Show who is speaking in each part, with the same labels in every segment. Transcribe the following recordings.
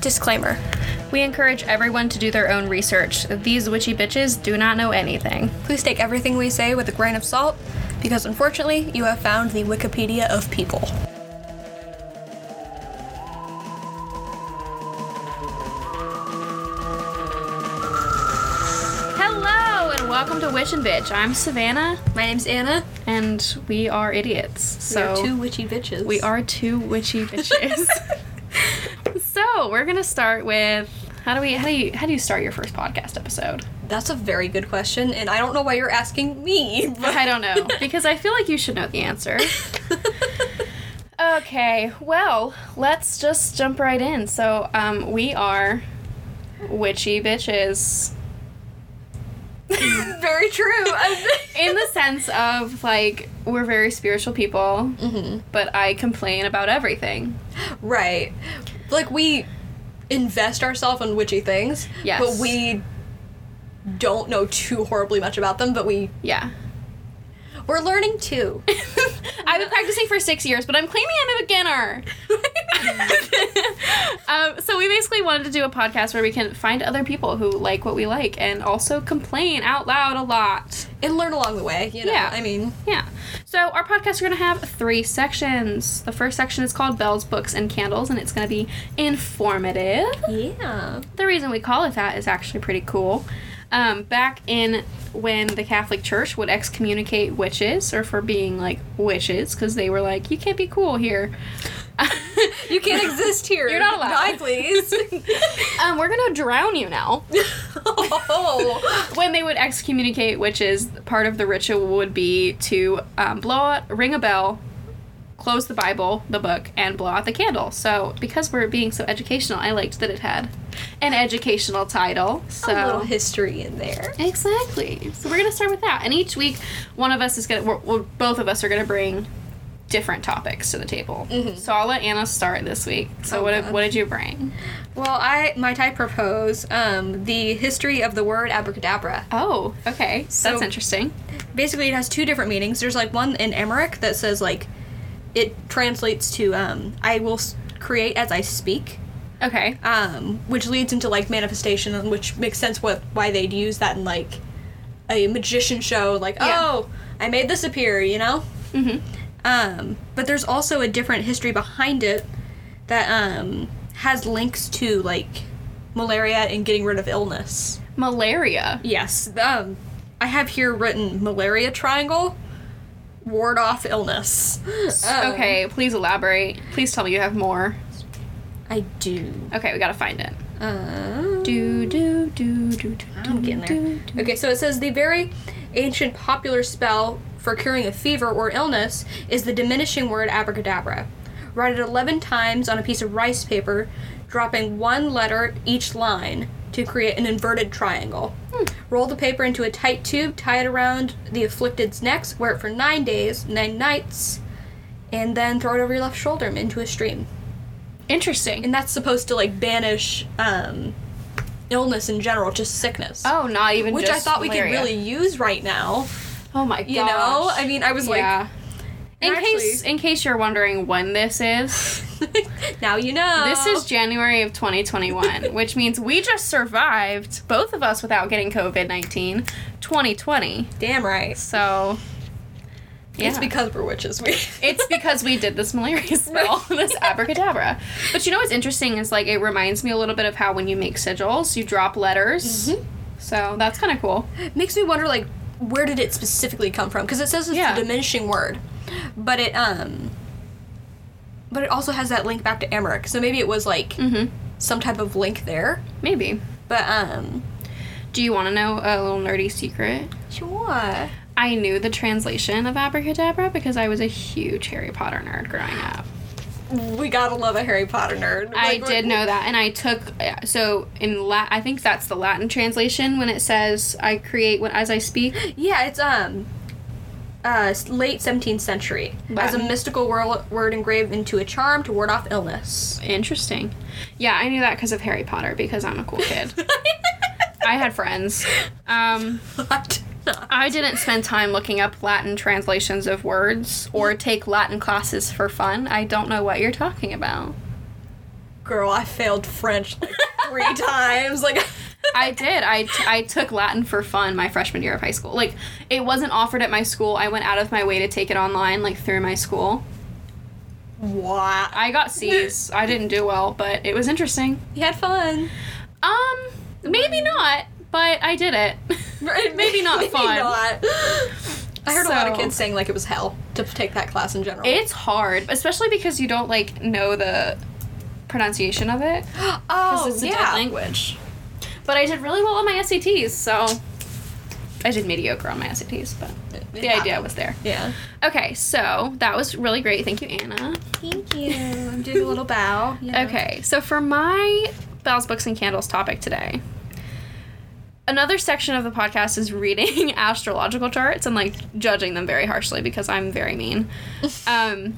Speaker 1: Disclaimer.
Speaker 2: We encourage everyone to do their own research. These witchy bitches do not know anything.
Speaker 1: Please take everything we say with a grain of salt, because unfortunately, you have found the Wikipedia of people.
Speaker 2: Hello and welcome to Witch and Bitch. I'm Savannah
Speaker 1: My name's Anna.
Speaker 2: and we are idiots. So
Speaker 1: we are two witchy bitches.
Speaker 2: we are two witchy bitches. so we're gonna start with how do we how do you how do you start your first podcast episode?
Speaker 1: That's a very good question, and I don't know why you're asking me.
Speaker 2: I don't know because I feel like you should know the answer. Okay, well, let's just jump right in. So, um, we are witchy bitches
Speaker 1: very true.
Speaker 2: in the sense of like we're very spiritual people, but I complain about everything.
Speaker 1: right. Like we invest ourselves in witchy things,
Speaker 2: Yes.
Speaker 1: but we don't know too horribly much about them, but we
Speaker 2: Yeah.
Speaker 1: we're learning too.
Speaker 2: I've been practicing for six years, but I'm claiming I'm a beginner. um, so we basically wanted to do a podcast where we can find other people who like what we like and also complain out loud a lot.
Speaker 1: and learn along the way, you know.
Speaker 2: Yeah.
Speaker 1: I mean,
Speaker 2: Yeah. So our podcast, we're going to have three sections. The first section is called Bells, Books, and Candles, and it's going to be informative.
Speaker 1: yeah.
Speaker 2: The reason we call it that is actually pretty cool. Um, back in when the Catholic Church would excommunicate witches or for being like witches because they were like, you can't be cool here.
Speaker 1: You can't exist here.
Speaker 2: You're not allowed.
Speaker 1: Die, please.
Speaker 2: um, we're going to drown you now.
Speaker 1: oh.
Speaker 2: when they would excommunicate witches, part of the ritual would be to um, blow out, ring a bell, close the Bible, the book, and blow out the candle. So, because we're being so educational, I liked that it had an educational title. So.
Speaker 1: A little history in there.
Speaker 2: Exactly. So we're gonna start with that, and each week, one of us is gonna, we're, we're, both of us are gonna bring different topics to the table. So I'll let Anna start this week.
Speaker 1: Mm-hmm.
Speaker 2: So
Speaker 1: Oh,
Speaker 2: what, did-
Speaker 1: gosh.
Speaker 2: what did you bring?
Speaker 1: Well, I might I propose um, the history of the word abracadabra.
Speaker 2: Oh, okay,
Speaker 1: So-
Speaker 2: that's interesting.
Speaker 1: Basically, it has two different meanings. There's like one in Emmerich that says like it translates to um, "I will s- create as I speak,"
Speaker 2: Okay.
Speaker 1: um, which leads into like manifestation, and which makes sense what why they'd use that in like a magician show, like
Speaker 2: Yeah.
Speaker 1: "Oh, I made this appear," you know.
Speaker 2: Mm-hmm.
Speaker 1: Um, but there's also a different history behind it that um, has links to like malaria and getting rid of illness.
Speaker 2: Malaria.
Speaker 1: Yes, um, I have here written malaria triangle, ward off illness. Um,
Speaker 2: okay, please elaborate. Please tell me you have more.
Speaker 1: I do.
Speaker 2: Okay, we gotta find it.
Speaker 1: Um,
Speaker 2: Do do do do do.
Speaker 1: I'm getting there. Okay, so it says the very ancient popular spell for curing a fever or illness is the diminishing word abracadabra. Write it 11 times on a piece of rice paper, dropping one letter each line to create an inverted triangle. Roll the paper into a tight tube, tie it around the afflicted's necks, wear it for nine days, nine nights, and then throw it over your left shoulder into a stream.
Speaker 2: Interesting.
Speaker 1: And that's supposed to like banish um, illness in general, just sickness
Speaker 2: Oh, not even
Speaker 1: which I
Speaker 2: just
Speaker 1: thought we could
Speaker 2: malaria.
Speaker 1: really use right now.
Speaker 2: Oh my god.
Speaker 1: You know, I mean, I was
Speaker 2: yeah. In
Speaker 1: and
Speaker 2: case in case you're wondering when this is,
Speaker 1: like, now you know.
Speaker 2: this is January of 2021, which means we just survived both of us without getting COVID-19 2020.
Speaker 1: damn right.
Speaker 2: So yeah.
Speaker 1: It's because we're witches. We
Speaker 2: It's because we did this malaria spell, this abracadabra. But you know what's interesting is like it reminds me a little bit of how when you make sigils, you drop letters.
Speaker 1: Mm-hmm.
Speaker 2: So that's kind of cool.
Speaker 1: makes me wonder like where did it specifically come from? Because it says it's
Speaker 2: Yeah.
Speaker 1: a diminishing word, but it um, but it also has that link back to Emmerich. So maybe it was like
Speaker 2: Mm-hmm.
Speaker 1: some type of link there.
Speaker 2: Maybe.
Speaker 1: But um,
Speaker 2: Do you want to know a little nerdy secret?
Speaker 1: sure.
Speaker 2: I knew the translation of abracadabra because I was a huge Harry Potter nerd growing up.
Speaker 1: We gotta love a Harry Potter nerd.
Speaker 2: I
Speaker 1: Like,
Speaker 2: did
Speaker 1: we-
Speaker 2: know that, and I took yeah, so in Lat. I think that's the Latin translation when it says "I create when as I speak."
Speaker 1: Yeah, it's um, uh, s- late 17th century as a
Speaker 2: Latin.
Speaker 1: mystical wor- word engraved into a charm to ward off illness.
Speaker 2: Interesting. Yeah, I knew that because of Harry Potter because I'm a cool kid. I had friends. Um,
Speaker 1: What?
Speaker 2: I didn't spend time looking up Latin translations of words or take Latin classes for fun. I don't know what you're talking about.
Speaker 1: girl, I failed French like three times. Like,
Speaker 2: I did. I, t- I took Latin for fun my freshman year of high school. Like, it wasn't offered at my school. I went out of my way to take it online, like, through my school.
Speaker 1: wow.
Speaker 2: I got C's. I didn't do well, but it was interesting.
Speaker 1: You had fun.
Speaker 2: Um, maybe not, but I did it. eh, maybe not
Speaker 1: Maybe
Speaker 2: fun.
Speaker 1: not. I heard a lot of
Speaker 2: So-
Speaker 1: kids saying like it was hell to p- take that class in general.
Speaker 2: It's hard, especially because you don't, like, know the pronunciation of it.
Speaker 1: oh
Speaker 2: Because it's a
Speaker 1: yeah.
Speaker 2: dead language. But I did really well on my SATs, so I did mediocre on my SATs, but
Speaker 1: It
Speaker 2: the idea
Speaker 1: happened.
Speaker 2: was there.
Speaker 1: Yeah.
Speaker 2: Okay, so that was really great. Thank you, Anna.
Speaker 1: Thank you. I'm doing a little bow.
Speaker 2: Okay, so for my bells, books, and candles topic today, another section of the podcast is reading astrological charts and like judging them very harshly because I'm very mean. um,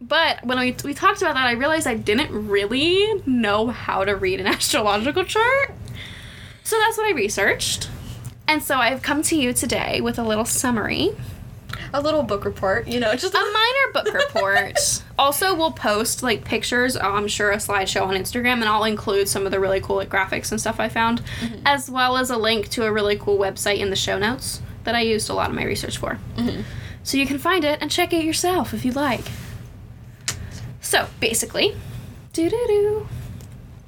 Speaker 2: but when we, we talked about that, I realized I didn't really know how to read an astrological chart. So that's what I researched. And so I've come to you today with a little summary
Speaker 1: A little book report, you know, just
Speaker 2: a minor book report. also, we'll post like pictures. uh, I'm sure a slideshow on Instagram, and I'll include some of the really cool like, graphics and stuff I found,
Speaker 1: Mm-hmm.
Speaker 2: as well as a link to a really cool website in the show notes that I used a lot of my research for. So you can find it and check it yourself if you like. So basically, doo doo doo.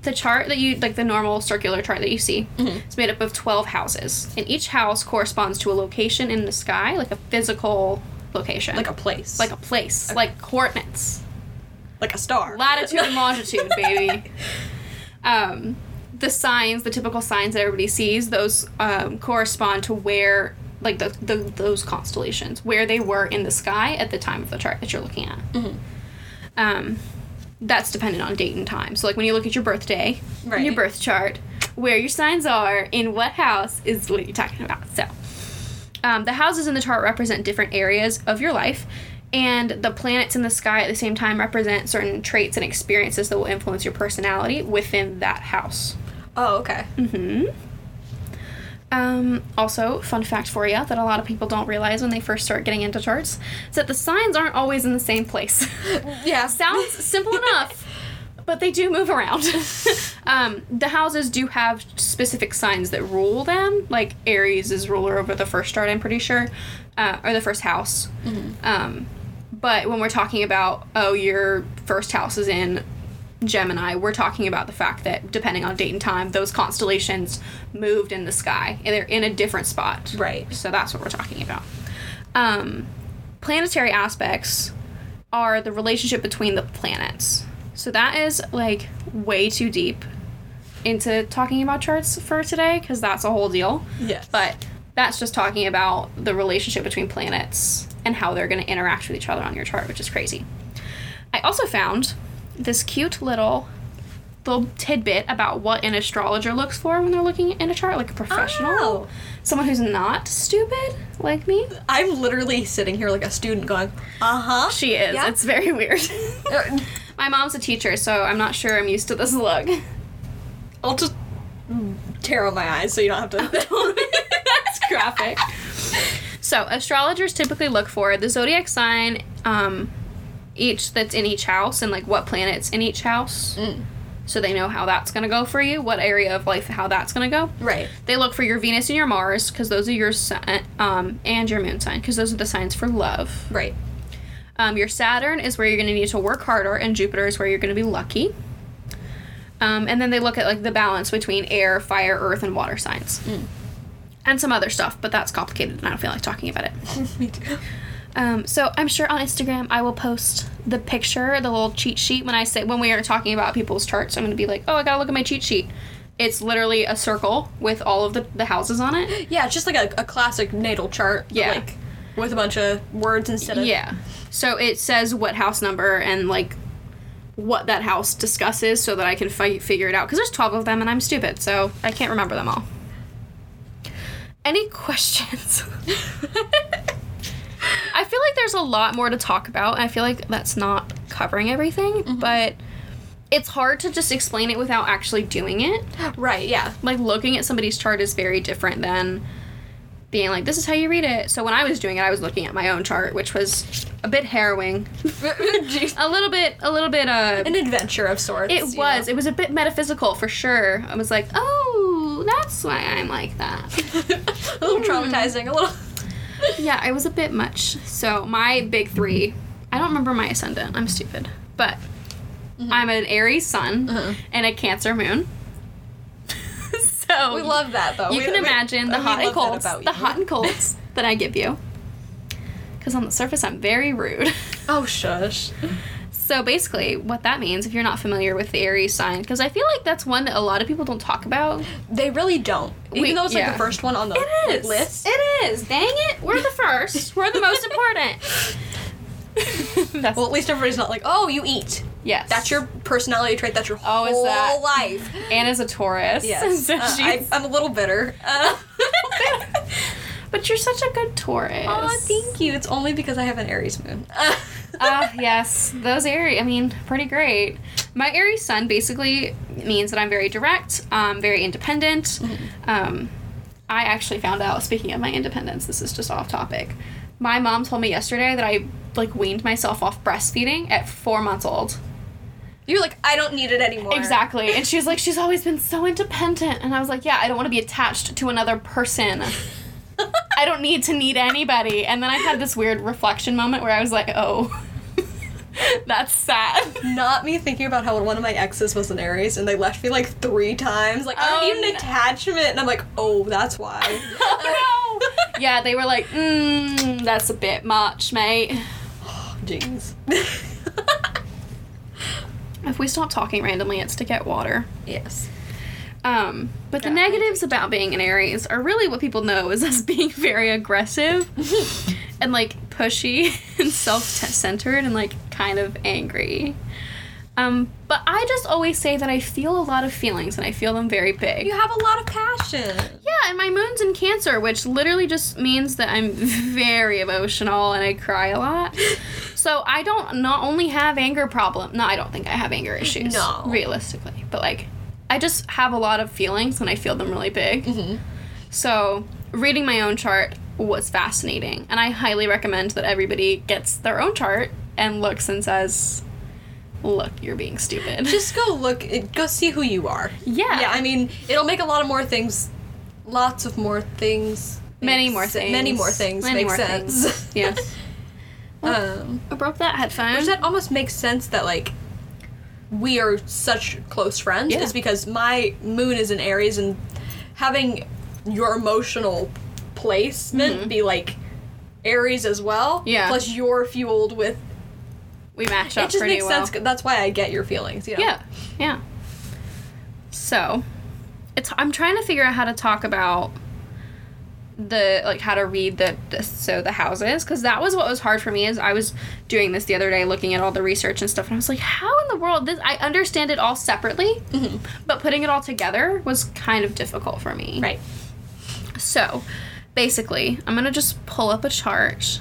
Speaker 2: The chart that you like, the normal circular chart that you see,
Speaker 1: Mm-hmm.
Speaker 2: it's made up of 12 houses. And each house corresponds to a location in the sky, like a physical location
Speaker 1: like a place,
Speaker 2: like a place, like coordinates,
Speaker 1: like a star,
Speaker 2: latitude and longitude, baby. Um, the signs, the typical signs that everybody sees, those um, correspond to where, like the, the those constellations, where they were in the sky at the time of the chart that you're looking at. Um, that's dependent on date and time. So, like when you look at your birthday,
Speaker 1: Right.
Speaker 2: your birth chart, where your signs are in what house is what you're talking about. So, um, the houses in the chart represent different areas of your life, and the planets in the sky at the same time represent certain traits and experiences that will influence your personality within that house.
Speaker 1: Oh, okay.
Speaker 2: Mm-hmm. Um, also, fun fact for you that a lot of people don't realize when they first start getting into charts is that the signs aren't always in the same place.
Speaker 1: Yeah.
Speaker 2: Sounds simple enough, but they do move around. um, the houses do have specific signs that rule them. Like Aries is ruler over the first chart, I'm pretty sure, uh, or the first house. Um, but when we're talking about oh, your first house is in Gemini, we're talking about the fact that depending on date and time, those constellations moved in the sky and they're in a different spot.
Speaker 1: Right.
Speaker 2: So that's what we're talking about. Um, planetary aspects are the relationship between the planets. So that is like way too deep into talking about charts for today because that's a whole deal.
Speaker 1: Yes.
Speaker 2: But that's just talking about the relationship between planets and how they're going to interact with each other on your chart, which is crazy. I also found this cute little little tidbit about what an astrologer looks for when they're looking in a chart, like a professional,
Speaker 1: Oh.
Speaker 2: someone who's not stupid like me.
Speaker 1: I'm literally sitting here like a student going, uh huh.
Speaker 2: She is.
Speaker 1: Yeah.
Speaker 2: It's very weird. My mom's a teacher, so I'm not sure I'm used to this look.
Speaker 1: I'll just tear out my eyes so you don't have to.
Speaker 2: That's graphic. So astrologers typically look for the zodiac sign, um, each that's in each house, and like what planets in each house,
Speaker 1: Mm.
Speaker 2: so they know how that's gonna go for you, what area of life how that's gonna go.
Speaker 1: right.
Speaker 2: They look for your Venus and your Mars because those are your sign, um, and your Moon sign because those are the signs for love.
Speaker 1: Right.
Speaker 2: Um, your Saturn is where you're going to need to work harder, and Jupiter is where you're going to be lucky. Um, and then they look at like the balance between air, fire, earth, and water signs, and some other stuff, but that's complicated, and I don't feel like talking about it.
Speaker 1: Me too.
Speaker 2: Um, so I'm sure on Instagram I will post the picture, the little cheat sheet. When I say when we are talking about people's charts, I'm going to be like, oh, I gotta look at my cheat sheet. It's literally a circle with all of the, the houses on it.
Speaker 1: Yeah, it's just like a, a classic natal chart. but,
Speaker 2: Yeah.
Speaker 1: Like with a bunch of words instead of.
Speaker 2: Yeah. So it says what house number and like what that house discusses so that I can fi- figure it out because there's 12 of them and I'm stupid, so I can't remember them all. Any questions? I feel like there's a lot more to talk about. and I feel like that's not covering everything,
Speaker 1: Mm-hmm.
Speaker 2: but it's hard to just explain it without actually doing it
Speaker 1: Right, yeah.
Speaker 2: like looking at somebody's chart is very different than being like this is how you read it so when i was doing it i was looking at my own chart which was a bit harrowing,
Speaker 1: Jeez.
Speaker 2: a little bit, a little bit. Uh,
Speaker 1: An adventure of sorts.
Speaker 2: it was.
Speaker 1: you know?
Speaker 2: It was a bit metaphysical for sure. I was like, oh, that's why I'm like that.
Speaker 1: a
Speaker 2: Mm.
Speaker 1: little traumatizing, a little.
Speaker 2: yeah, it was a bit much. So my big three. I don't remember my ascendant. I'm stupid, but I'm an Aries sun
Speaker 1: Mm-hmm. Uh-huh.
Speaker 2: and a Cancer moon. so
Speaker 1: We love that though.
Speaker 2: Oh, You
Speaker 1: We-
Speaker 2: can
Speaker 1: we-
Speaker 2: imagine the
Speaker 1: we
Speaker 2: hot and
Speaker 1: love that
Speaker 2: colds,
Speaker 1: about
Speaker 2: the
Speaker 1: you.
Speaker 2: hot and colds that I give you. Because on the surface, I'm very rude.
Speaker 1: Oh shush.
Speaker 2: so basically, what that means, if you're not familiar with the Aries sign, because I feel like that's one that a lot of people don't talk about.
Speaker 1: They really don't. Even
Speaker 2: We-
Speaker 1: though it's like
Speaker 2: yeah.
Speaker 1: the first one on the like, list.
Speaker 2: It is. Dang it, we're the first. we're the most important. that's,
Speaker 1: Well, at least everybody's not like, oh, you eat.
Speaker 2: yes.
Speaker 1: That's your personality trait. That's your
Speaker 2: Oh,
Speaker 1: whole
Speaker 2: is that-
Speaker 1: life.
Speaker 2: Anna's a Taurus.
Speaker 1: Yes.
Speaker 2: so
Speaker 1: Uh, I,
Speaker 2: she's-
Speaker 1: I'm a little bitter. Uh,
Speaker 2: but you're such a good Taurus.
Speaker 1: Aw, thank you. It's only because I have an Aries moon. Uh,
Speaker 2: Ah, yes. Those Aries, I mean, pretty great. My Aries sun basically means that I'm very direct, um, very independent. Um, I actually found out, speaking of my independence, this is just off topic. My mom told me yesterday that I like weaned myself off breastfeeding at four months old.
Speaker 1: You're like, I don't need it anymore.
Speaker 2: Exactly. And she was like, she's always been so independent. And I was like, yeah, I don't want to be attached to another person. I don't need to need anybody. And then I had this weird reflection moment where I was like, oh, that's sad.
Speaker 1: Not me thinking about how one of my exes was an Aries and they left me like three times. Like, I don't
Speaker 2: Oh,
Speaker 1: need an
Speaker 2: no.
Speaker 1: attachment. And I'm like, oh, that's why.
Speaker 2: Oh, no. yeah, they were like, mm, that's a bit much, mate.
Speaker 1: Jeez.
Speaker 2: If we stop talking randomly, it's to get water.
Speaker 1: yes.
Speaker 2: Um, but the
Speaker 1: Yeah.
Speaker 2: negatives about being an Aries are really what people know is us being very aggressive and like pushy and self-centered and like kind of angry. Um, but I just always say that I feel a lot of feelings and I feel them very big.
Speaker 1: You have a lot of passion.
Speaker 2: Yeah, and my moon's in Cancer, which literally just means that I'm very emotional and I cry a lot. So I don't not only have anger problem. No, I don't think I have anger issues.
Speaker 1: No.
Speaker 2: realistically, but like, I just have a lot of feelings and I feel them really big.
Speaker 1: Mm-hmm.
Speaker 2: So reading my own chart was fascinating, and I highly recommend that everybody gets their own chart and looks and says, "Look, you're being stupid."
Speaker 1: Just go look, go see who you are.
Speaker 2: yeah,
Speaker 1: Yeah, I mean, it'll make a lot of more things, lots of more things.
Speaker 2: many
Speaker 1: make
Speaker 2: more
Speaker 1: se-
Speaker 2: things.
Speaker 1: Many more things
Speaker 2: Many
Speaker 1: make
Speaker 2: more
Speaker 1: sense.
Speaker 2: things. Yes.
Speaker 1: um,
Speaker 2: I broke that headphone.
Speaker 1: which that almost makes sense that like we are such close friends
Speaker 2: Yeah.
Speaker 1: is because my moon is in Aries and having your emotional placement be like Aries as well.
Speaker 2: Mm-hmm. Yeah.
Speaker 1: Plus you're fueled with
Speaker 2: we match up
Speaker 1: it just
Speaker 2: pretty
Speaker 1: makes
Speaker 2: well.
Speaker 1: sense. That's why I get your feelings. You know?
Speaker 2: Yeah, yeah. So, it's I'm trying to figure out how to talk about the like how to read the, the so the houses because that was what was hard for me is I was doing this the other day looking at all the research and stuff and I was like how in the world this I understand it all separately but putting it all together was kind of difficult for me
Speaker 1: Right.
Speaker 2: so basically I'm gonna just pull up a chart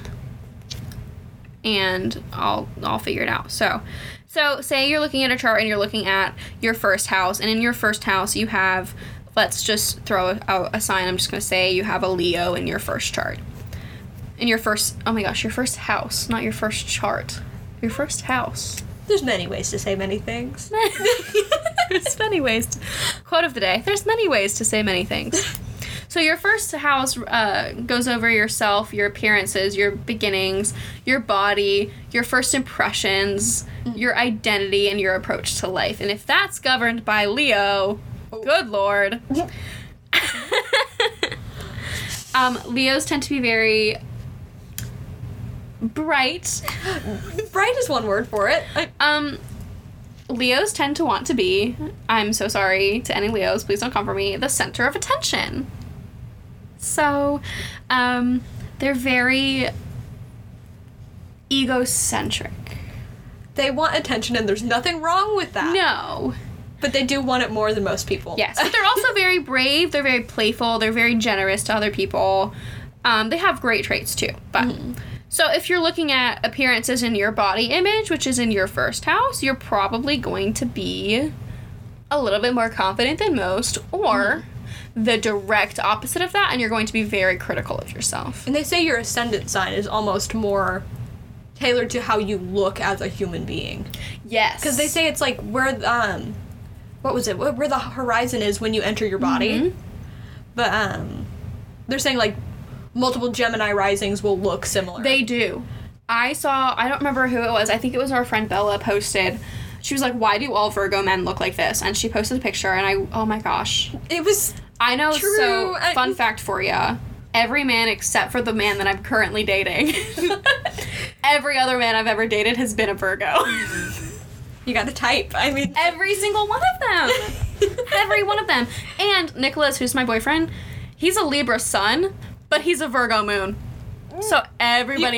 Speaker 2: and I'll I'll figure it out. So, so say you're looking at a chart and you're looking at your first house, and in your first house you have, let's just throw out a sign. I'm just gonna say you have a Leo in your first chart. In your first, oh my gosh, your first house, not your first chart, your first house.
Speaker 1: There's many ways to say many things.
Speaker 2: There's many ways. To, quote of the day. There's many ways to say many things. So your first house uh, goes over yourself, your appearances, your beginnings, your body, your first impressions, your identity, and your approach to life. And if that's governed by Leo, good lord. um, Leos tend to be very bright.
Speaker 1: Bright is one word for it. I,
Speaker 2: Um, Leos tend to want to be, I'm so sorry to any Leos, please don't come for me, the center of attention. So, um, they're very egocentric.
Speaker 1: they want attention, and there's nothing wrong with that.
Speaker 2: No.
Speaker 1: But they do want it more than most people.
Speaker 2: Yes, but they're also very brave, they're very playful, they're very generous to other people. Um, they have great traits too, but. So, if you're looking at appearances in your body image, which is in your first house, you're probably going to be a little bit more confident than most, or the direct opposite of that, and you're going to be very critical of yourself.
Speaker 1: And they say your ascendant sign is almost more tailored to how you look as a human being.
Speaker 2: Yes.
Speaker 1: Because they say it's like where the, um, what was it? Where, where the horizon is when you enter your body.
Speaker 2: Mhm.
Speaker 1: But um, they're saying like multiple Gemini risings will look similar.
Speaker 2: They do. I saw, I don't remember who it was. I think it was our friend Bella posted. She was like, Why do all Virgo men look like this? And she posted a picture, and I, oh my gosh.
Speaker 1: it was
Speaker 2: I know,
Speaker 1: True,
Speaker 2: so,
Speaker 1: I-
Speaker 2: fun fact for ya. Every man except for the man that I'm currently dating. Every other man I've ever dated has been a Virgo.
Speaker 1: you got to type. I mean,
Speaker 2: Every single one of them. Every one of them. And Nicholas, who's my boyfriend, he's a Libra sun, but he's a Virgo moon. So everybody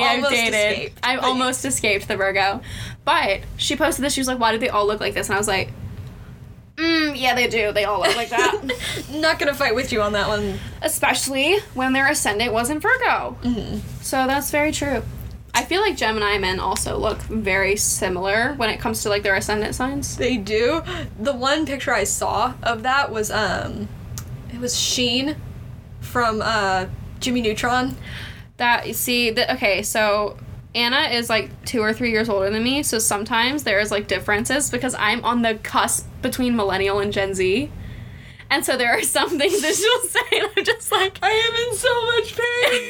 Speaker 1: Mm. You
Speaker 2: I've
Speaker 1: almost
Speaker 2: dated,
Speaker 1: escaped,
Speaker 2: I
Speaker 1: but-
Speaker 2: almost escaped the Virgo. But she posted this. She was like, "Why do they all look like this?" And I was like, mm, "Yeah, they do. They all look like that."
Speaker 1: Not gonna fight with you on that one.
Speaker 2: Especially when their ascendant was in Virgo.
Speaker 1: Mm-hmm.
Speaker 2: So that's very true. I feel like Gemini men also look very similar when it comes to like their ascendant signs.
Speaker 1: They do. The one picture I saw of that was um, it was Sheen from uh Jimmy Neutron.
Speaker 2: That you see that okay, so Anna is like two or three years older than me, so sometimes there is like differences because I'm on the cusp between millennial and Gen Z. And so there are some things that she'll say, and I'm just like,
Speaker 1: I am in so much pain.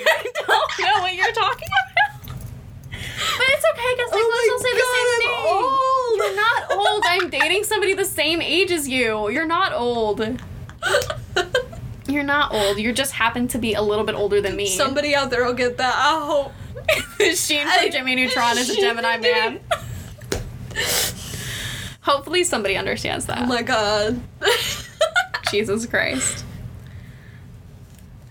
Speaker 2: I don't know what you're talking about. But it's okay because like,
Speaker 1: Oh
Speaker 2: she'll
Speaker 1: my
Speaker 2: say
Speaker 1: God, I'm old.
Speaker 2: the same thing. You're not old. I'm dating somebody the same age as you. You're not old. You're not old. You just happen to be a little bit older than me.
Speaker 1: Somebody out there will get that. I hope.
Speaker 2: Sheen from
Speaker 1: I-
Speaker 2: Jimmy Neutron is a
Speaker 1: Sheen
Speaker 2: Gemini
Speaker 1: from
Speaker 2: man.
Speaker 1: Jimmy-
Speaker 2: Hopefully somebody understands
Speaker 1: Oh
Speaker 2: that.
Speaker 1: my god.
Speaker 2: Jesus Christ.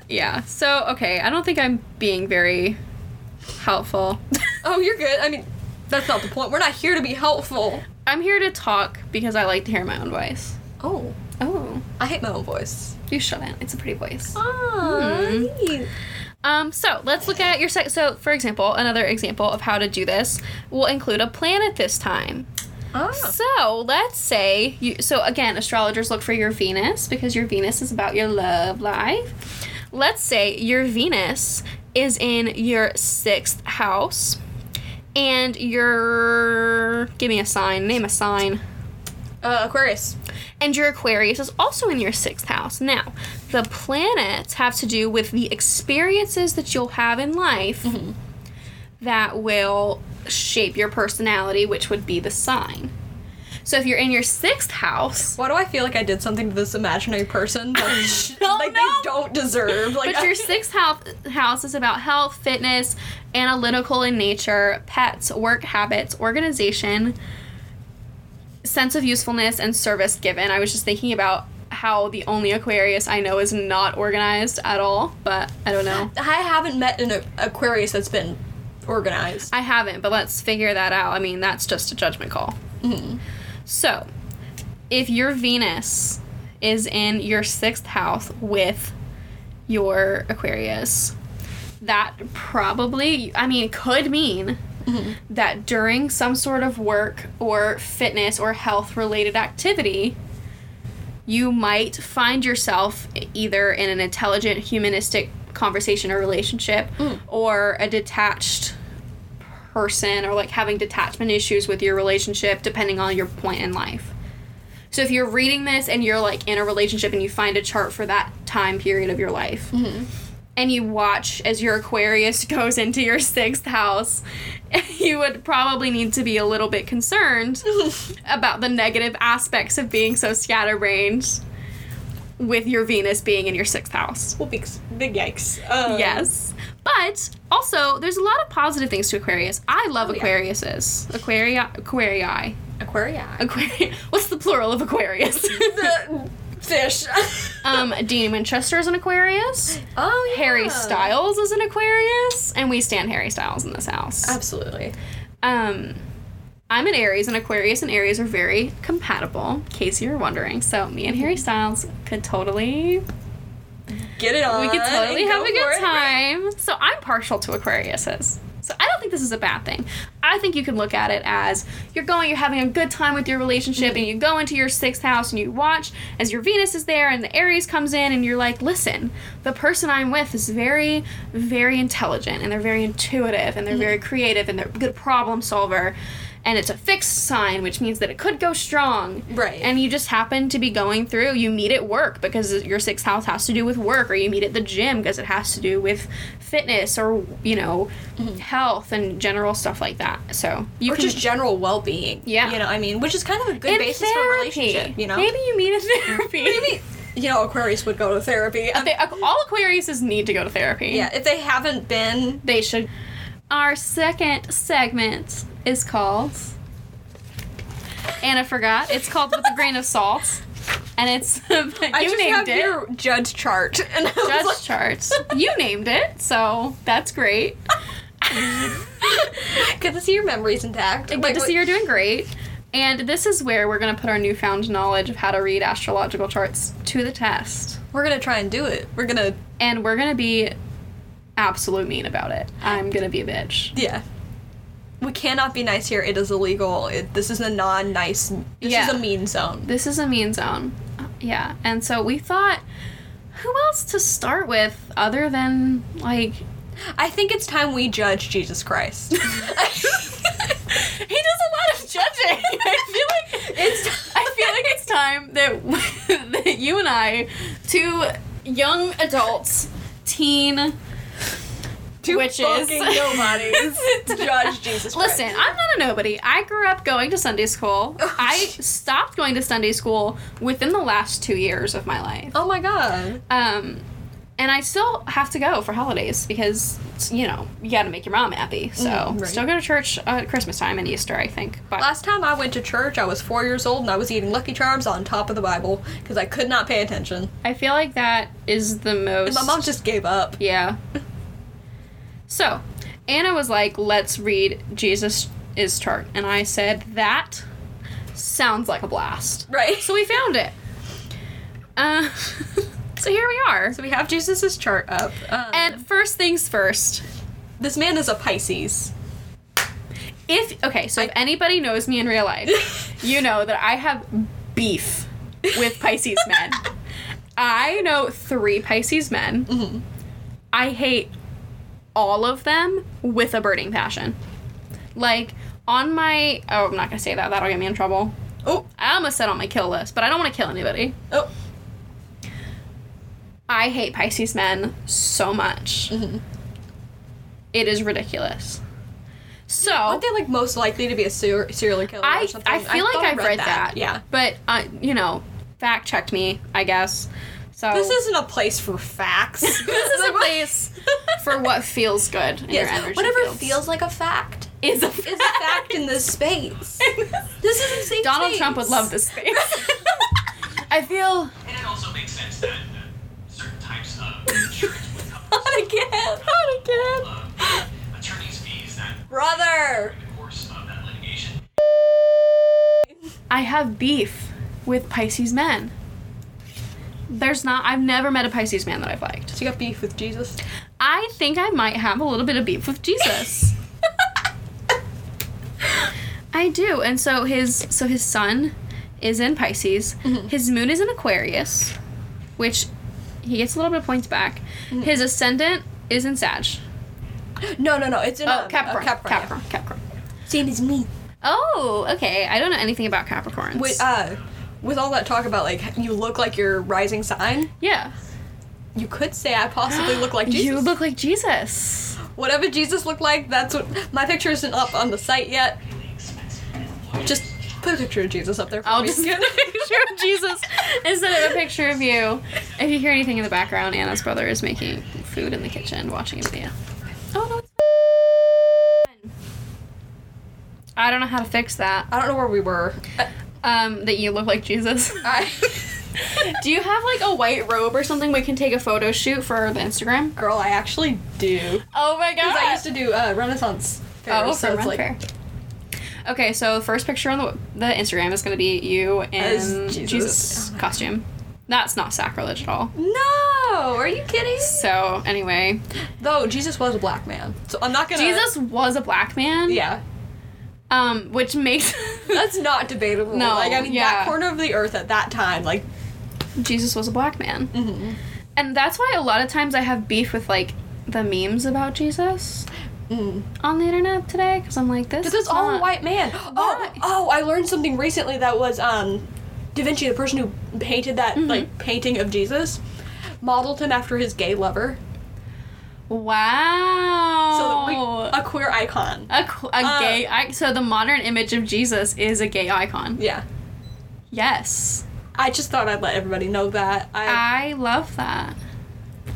Speaker 2: Yeah. So okay, I don't think I'm being very helpful.
Speaker 1: oh, you're good. I mean, that's not the point. We're not here to be helpful.
Speaker 2: I'm here to talk because I like to hear my own voice.
Speaker 1: Oh,
Speaker 2: Oh,
Speaker 1: I hate my own voice.
Speaker 2: you shouldn't. It's a pretty voice.
Speaker 1: Oh,
Speaker 2: Um, so let's look at your sec. So, for example, another example of how to do this will include a planet this time.
Speaker 1: Ah.
Speaker 2: So let's say you. So again, astrologers look for your Venus because your Venus is about your love life. Let's say your Venus is in your sixth house, and your give me a sign. Name a sign.
Speaker 1: Uh, Aquarius.
Speaker 2: And your Aquarius is also in your sixth house. Now, the planets have to do with the experiences that you'll have in life that will shape your personality, which would be the sign. So if you're in your sixth house,
Speaker 1: Why do I feel like I did something to this imaginary person that
Speaker 2: don't
Speaker 1: like
Speaker 2: know.
Speaker 1: they don't deserve? Like,
Speaker 2: but your sixth house, house is about health, fitness, analytical in nature, pets, work habits, organization, sense of usefulness, and service given. I was just thinking about how the only Aquarius I know is not organized at all, but I don't know.
Speaker 1: I haven't met an A- Aquarius that's been organized.
Speaker 2: I haven't, but let's figure that out. I mean, that's just a judgment call. So, if your Venus is in your sixth house with your Aquarius, that probably, I mean, could mean that during some sort of work or fitness or health related activity, you might find yourself either in an intelligent, humanistic conversation or relationship or a detached person or like having detachment issues with your relationship depending on your point in life. So if you're reading this and you're like in a relationship and you find a chart for that time period of your life and you watch as your Aquarius goes into your sixth house, you would probably need to be a little bit concerned about the negative aspects of being so scatterbrained with your Venus being in your sixth house.
Speaker 1: Well, big, big yikes. Um,
Speaker 2: Yes. But also, there's a lot of positive things to Aquarius. I love
Speaker 1: Oh, yeah.
Speaker 2: Aquariuses. Aquaria, Aquarii.
Speaker 1: Aquarii.
Speaker 2: Aquari- What's the plural of Aquarius?
Speaker 1: The fish.
Speaker 2: um, Dean Winchester is an Aquarius.
Speaker 1: oh, yeah.
Speaker 2: Harry Styles is an Aquarius, and we stand Harry Styles in this house.
Speaker 1: Absolutely.
Speaker 2: Um, I'm an Aries, and Aquarius and Aries are very compatible. In case you were wondering, so me and Harry Styles could totally
Speaker 1: Get it on.
Speaker 2: we could totally
Speaker 1: and go
Speaker 2: have a
Speaker 1: for
Speaker 2: good
Speaker 1: it.
Speaker 2: time. So I'm partial to Aquariuses. So I don't think this is a bad thing. I think you can look at it as you're going, you're having a good time with your relationship, and you go into your sixth house and you watch as your Venus is there and the Aries comes in, and you're like, listen, the person I'm with is very, very intelligent, and they're very intuitive, and they're very
Speaker 1: Mm-hmm.
Speaker 2: creative, and they're a good problem solver. And it's a fixed sign, which means that it could go strong.
Speaker 1: Right.
Speaker 2: And you just happen to be going through, you meet at work because your sixth house has to do with work, or you meet at the gym because it has to do with fitness or, you know, health and general stuff like that. So you
Speaker 1: Mm-hmm. or
Speaker 2: can
Speaker 1: just general well being.
Speaker 2: Yeah.
Speaker 1: You know, I mean, which is kind of a good
Speaker 2: in
Speaker 1: basis for a relationship, you know?
Speaker 2: Maybe you meet in therapy.
Speaker 1: Maybe, you know, Aquarius would go to therapy. Um,
Speaker 2: They- all Aquariuses need to go to therapy.
Speaker 1: yeah, if they haven't been.
Speaker 2: They should. Our second segment is called. Anna forgot. It's called With a Grain of Salt. And it's. you
Speaker 1: I just
Speaker 2: named
Speaker 1: have
Speaker 2: it.
Speaker 1: your judge chart. And I was
Speaker 2: judge
Speaker 1: like-
Speaker 2: charts. You named it, so that's great.
Speaker 1: Good to see your memories intact.
Speaker 2: Good to see you're doing great. And this is where we're going to put our newfound knowledge of how to read astrological charts to the test.
Speaker 1: We're gonna try and do it. We're gonna,
Speaker 2: And we're going to be absolute mean about it. I'm going to be a bitch.
Speaker 1: yeah. We cannot be nice here. It is illegal. It, this is a non-nice. This
Speaker 2: Yeah.
Speaker 1: is a mean zone.
Speaker 2: This is a mean zone. Uh, Yeah. And so we thought who else to start with other than like
Speaker 1: I think it's time we judge Jesus Christ.
Speaker 2: He does a lot of judging. I feel like
Speaker 1: It's-
Speaker 2: I feel like it's time that, that you and I, two young adults, teen
Speaker 1: Two
Speaker 2: witches,
Speaker 1: fucking nobodies judge Jesus Christ.
Speaker 2: Listen, I'm not a nobody. I grew up going to Sunday school. I stopped going to Sunday school within the last two years of my life.
Speaker 1: Oh my god.
Speaker 2: Um, and I still have to go for holidays because you know you got to make your mom happy. So
Speaker 1: Mm, right.
Speaker 2: still go to church uh, at Christmas time and Easter, I think. But
Speaker 1: Last time I went to church, I was four years old and I was eating Lucky Charms on top of the Bible because I could not pay attention.
Speaker 2: I feel like that is the most.
Speaker 1: And my mom just gave up.
Speaker 2: Yeah. So, Anna was like, let's read Jesus is chart. And I said, that sounds like a blast.
Speaker 1: Right.
Speaker 2: So we found it. Uh, so here we are.
Speaker 1: So we have Jesus's chart up. Um,
Speaker 2: And first things first.
Speaker 1: this man is a Pisces.
Speaker 2: If, okay, so if anybody knows me in real life, you know that I have beef with Pisces men. I know three Pisces men. I hate all of them with a burning passion. Like, on my. Oh, I'm not gonna say that. That'll get me in trouble.
Speaker 1: Oh,
Speaker 2: I almost said on my kill list, but I don't wanna kill anybody.
Speaker 1: oh.
Speaker 2: I hate Pisces men so much. It is ridiculous. So.
Speaker 1: Aren't they like most likely to be a ser- serial killer
Speaker 2: I,
Speaker 1: or something?
Speaker 2: I feel
Speaker 1: thought
Speaker 2: like
Speaker 1: I
Speaker 2: I've read, that.
Speaker 1: Yeah.
Speaker 2: But, uh, you know, fact checked me, I guess. So.
Speaker 1: This isn't a place for facts.
Speaker 2: this is a place for what feels good in your
Speaker 1: yes.
Speaker 2: energy.
Speaker 1: Whatever
Speaker 2: fields.
Speaker 1: feels like a fact
Speaker 2: is a,
Speaker 1: is a fact in this space. This is a safe
Speaker 2: Donald
Speaker 1: space.
Speaker 2: Trump would love this space. I feel
Speaker 3: And it also makes sense that uh, certain types of insurance would cover
Speaker 1: Not again. Not again.
Speaker 3: uh, attorney's fees that
Speaker 1: Brother.
Speaker 3: in the course of that litigation.
Speaker 2: I have beef with Pisces men. There's not. I've never met a Pisces man that I've liked.
Speaker 1: So you got beef with Jesus?
Speaker 2: I think I might have a little bit of beef with Jesus. I do. And so his so his sun is in Pisces.
Speaker 1: Mm-hmm.
Speaker 2: His moon is in Aquarius, which he gets a little bit of points back.
Speaker 1: Mm-hmm.
Speaker 2: His ascendant is in Sag.
Speaker 1: No, no, no. It's in
Speaker 2: Oh,
Speaker 1: um,
Speaker 2: Capricorn.
Speaker 1: uh, yeah.
Speaker 2: Capricorn. Capricorn. Capricorn.
Speaker 1: Same as me.
Speaker 2: Oh, okay. I don't know anything about Capricorns.
Speaker 1: With uh, with all that talk about like you look like your rising sign,
Speaker 2: yeah.
Speaker 1: you could say I possibly look like Jesus.
Speaker 2: You look like Jesus.
Speaker 1: Whatever Jesus looked like, that's what my picture isn't up on the site yet. Just put a picture of Jesus up there. For
Speaker 2: I'll
Speaker 1: me.
Speaker 2: just get a picture of Jesus instead of a picture of you. If you hear anything in the background, Anna's brother is making food in the kitchen, watching a video. Oh no. it's- I don't know how to fix that.
Speaker 1: I don't know where we were. Uh,
Speaker 2: Um, that you look like Jesus.
Speaker 1: I,
Speaker 2: Do you have like a white robe or something we can take a photo shoot for the Instagram?
Speaker 1: girl, I actually do.
Speaker 2: Oh my god!
Speaker 1: Because I used to do uh, Renaissance fairs,
Speaker 2: Oh,
Speaker 1: so
Speaker 2: so
Speaker 1: it's like
Speaker 2: fair. Okay, so the first picture on the, the Instagram is going to be you in
Speaker 1: As
Speaker 2: Jesus,
Speaker 1: Jesus. Oh my God.
Speaker 2: costume. That's not sacrilege at all.
Speaker 1: no. No, are you kidding?
Speaker 2: So anyway,
Speaker 1: Though Jesus was a black man, so I'm not gonna.
Speaker 2: Jesus was a black man.
Speaker 1: Yeah,
Speaker 2: Um, which makes
Speaker 1: that's not debatable.
Speaker 2: No,
Speaker 1: like I mean
Speaker 2: yeah.
Speaker 1: that corner of the earth at that time, like
Speaker 2: Jesus was a black man.
Speaker 1: Mm-hmm.
Speaker 2: And that's why a lot of times I have beef with like the memes about Jesus
Speaker 1: mm.
Speaker 2: on the internet today because I'm like this.
Speaker 1: Because it's
Speaker 2: is
Speaker 1: all a
Speaker 2: not-
Speaker 1: white man. Oh,
Speaker 2: Why?
Speaker 1: oh, I learned something recently that was um, Da Vinci, the person who painted that
Speaker 2: Mhm.
Speaker 1: like painting of Jesus, modeled him after his gay lover. So that we,
Speaker 2: Wow.
Speaker 1: a queer icon.
Speaker 2: a, qu- a
Speaker 1: uh,
Speaker 2: gay. I- so the modern image of Jesus is a gay icon.
Speaker 1: Yeah,
Speaker 2: Yes,
Speaker 1: I just thought I'd let everybody know that I
Speaker 2: I love that.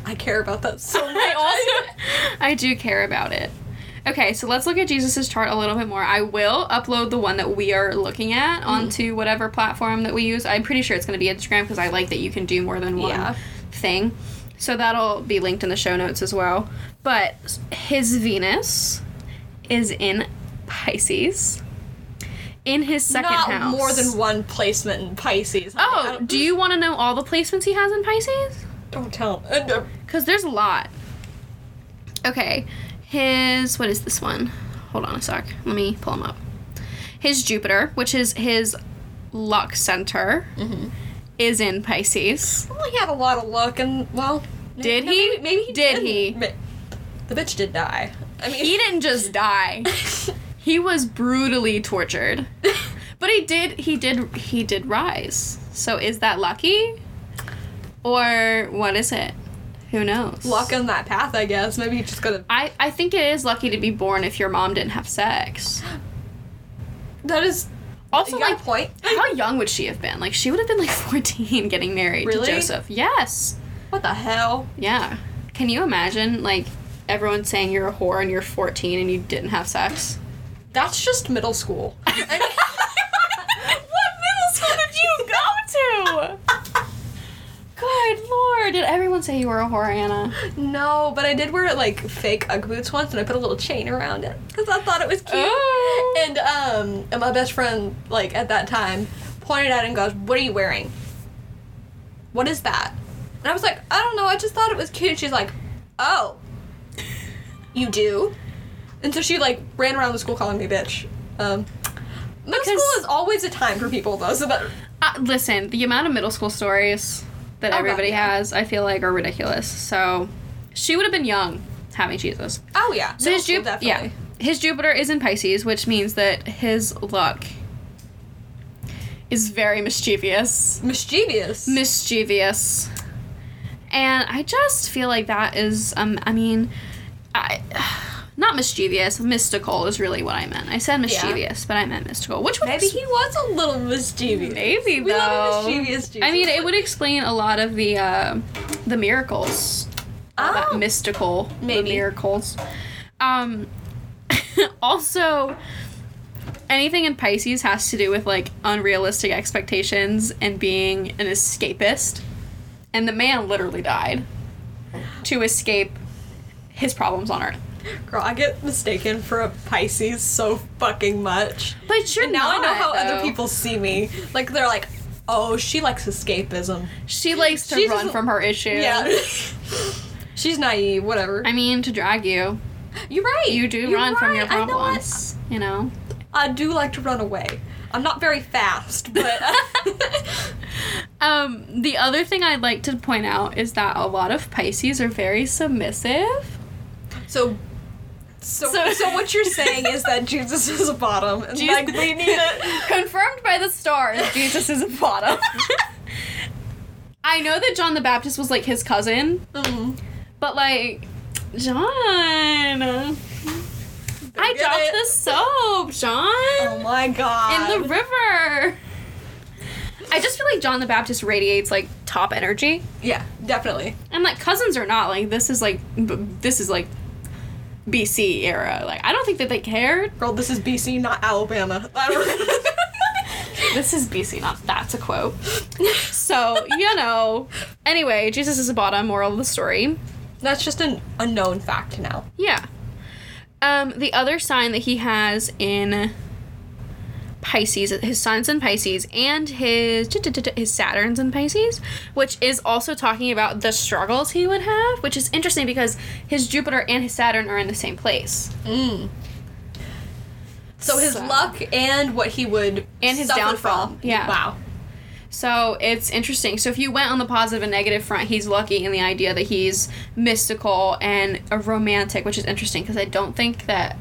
Speaker 1: I care about that so much.
Speaker 2: Ah. I also I do care about it. Okay, so let's look at Jesus's chart a little bit more. I will upload the one that we are looking at
Speaker 1: Mm-hmm.
Speaker 2: onto whatever platform that we use. I'm pretty sure it's going to be Instagram because I like that you can do more than one
Speaker 1: Yeah.
Speaker 2: thing. So that'll be linked in the show notes as well. But his Venus is in Pisces in his second
Speaker 1: Not
Speaker 2: house.
Speaker 1: more than one placement in Pisces. honey. I
Speaker 2: Oh,
Speaker 1: don't-
Speaker 2: do you want to know all the placements he has in Pisces?
Speaker 1: Don't tell. Uh, uh,
Speaker 2: Because there's a lot. Okay, his. What is this one? Hold on a sec. Let me pull him up. His Jupiter, which is his luck center, is in Pisces.
Speaker 1: Well, he had a lot of luck, and well, may-
Speaker 2: Did
Speaker 1: no,
Speaker 2: he?
Speaker 1: Maybe, maybe he
Speaker 2: Did
Speaker 1: didn't.
Speaker 2: he?
Speaker 1: Ma- The bitch did die. I mean,
Speaker 2: He didn't just die, he was brutally tortured. But he did, he did, he did rise. So is that lucky? Or what is it? Who knows?
Speaker 1: luck on that path, I guess. Maybe he just gonna.
Speaker 2: I, I think it is lucky to be born if your mom didn't have sex.
Speaker 1: That is
Speaker 2: Also,
Speaker 1: you got
Speaker 2: like,
Speaker 1: a point.
Speaker 2: How young would she have been? Like she would have been like 14 getting married
Speaker 1: Really?
Speaker 2: to Joseph. Yes.
Speaker 1: What the hell?
Speaker 2: Yeah. Can you imagine like everyone saying you're a whore and you're 14 and you didn't have sex?
Speaker 1: That's just middle school. I mean-
Speaker 2: middle school did you go to? Good lord, did everyone say you were a whore, Anna?
Speaker 1: no, but I did wear like fake UGG boots once, and I put a little chain around it because I thought it was cute.
Speaker 2: Oh.
Speaker 1: And um, and my best friend, like at that time, pointed at it and goes, "What are you wearing? What is that?" And I was like, "I don't know. I just thought it was cute." She's like, "Oh, you do?" And so she like ran around the school calling me bitch. Um, middle
Speaker 2: Because-
Speaker 1: school is always a time for people though, so that
Speaker 2: Uh, listen, the amount of middle school stories that
Speaker 1: Oh, God,
Speaker 2: everybody
Speaker 1: yeah.
Speaker 2: has, I feel like are ridiculous. So, she would have been young having Jesus.
Speaker 1: oh yeah,
Speaker 2: So
Speaker 1: middle
Speaker 2: his
Speaker 1: school
Speaker 2: Jupiter, yeah,
Speaker 1: definitely.
Speaker 2: his Jupiter is in Pisces, which means that his luck is very mischievous.
Speaker 1: mischievous.
Speaker 2: Mischievous, and I just feel like that is, um, I mean, I. Not mischievous, mystical is really what I meant. I said mischievous, but I meant mystical, which would
Speaker 1: Maybe he was a little mischievous.
Speaker 2: maybe
Speaker 1: We
Speaker 2: though.
Speaker 1: love a mischievous Jesus.
Speaker 2: I mean, it would explain a lot of the uh, the miracles all that
Speaker 1: Oh.
Speaker 2: mystical the
Speaker 1: Maybe.
Speaker 2: miracles. Um, also, anything in Pisces has to do with like unrealistic expectations and being an escapist. And the man literally died to escape his problems on Earth.
Speaker 1: Ah, Girl, I get mistaken for a Pisces so fucking much.
Speaker 2: But you're
Speaker 1: And now I know
Speaker 2: not,
Speaker 1: how other
Speaker 2: though.
Speaker 1: people see me. Like they're like, "Oh, she likes escapism."
Speaker 2: She likes to
Speaker 1: She's
Speaker 2: run
Speaker 1: just-
Speaker 2: from her issues.
Speaker 1: Yeah. She's naive, whatever.
Speaker 2: I mean, to drag you,
Speaker 1: You're right.
Speaker 2: you do
Speaker 1: You're
Speaker 2: run from
Speaker 1: right.
Speaker 2: your
Speaker 1: I know what-
Speaker 2: problems. You know.
Speaker 1: I do like to run away. I'm not very fast, but
Speaker 2: Um, the other thing I'd like to point out is that a lot of Pisces are very submissive.
Speaker 1: so so,
Speaker 2: So-
Speaker 1: so what you're saying is that Jesus is a bottom and
Speaker 2: Jesus-
Speaker 1: like we need it.
Speaker 2: Confirmed by the stars, Jesus is a bottom. I know that John the Baptist was like his cousin, Mm-hmm.
Speaker 1: Mm.
Speaker 2: but like, John, I
Speaker 1: get
Speaker 2: dropped
Speaker 1: it.
Speaker 2: the soap, John,
Speaker 1: Oh my god.
Speaker 2: in the river. I just feel like John the Baptist radiates like top energy.
Speaker 1: yeah, definitely.
Speaker 2: And like cousins are not like this is like b- this is like BC era. Like I don't think that they cared.
Speaker 1: Girl, this is BC, not Alabama. I don't-
Speaker 2: This is BC, not that's a quote. So you know. Anyway, Jesus is a bottom. Moral of the story.
Speaker 1: That's just an unknown fact now.
Speaker 2: Yeah. Um, the other sign that he has in Pisces, his Sun's in Pisces, and his his Saturn's in Pisces, which is also talking about the struggles he would have, which is interesting because his Jupiter and his Saturn are in the same place.
Speaker 1: Mm. So his
Speaker 2: So-
Speaker 1: luck and what he would
Speaker 2: And his
Speaker 1: suffer
Speaker 2: downfall.
Speaker 1: From.
Speaker 2: Yeah.
Speaker 1: Wow.
Speaker 2: So it's interesting. So if you went on the positive and negative front, he's lucky in the idea that he's mystical and a romantic, which is interesting because I don't think that.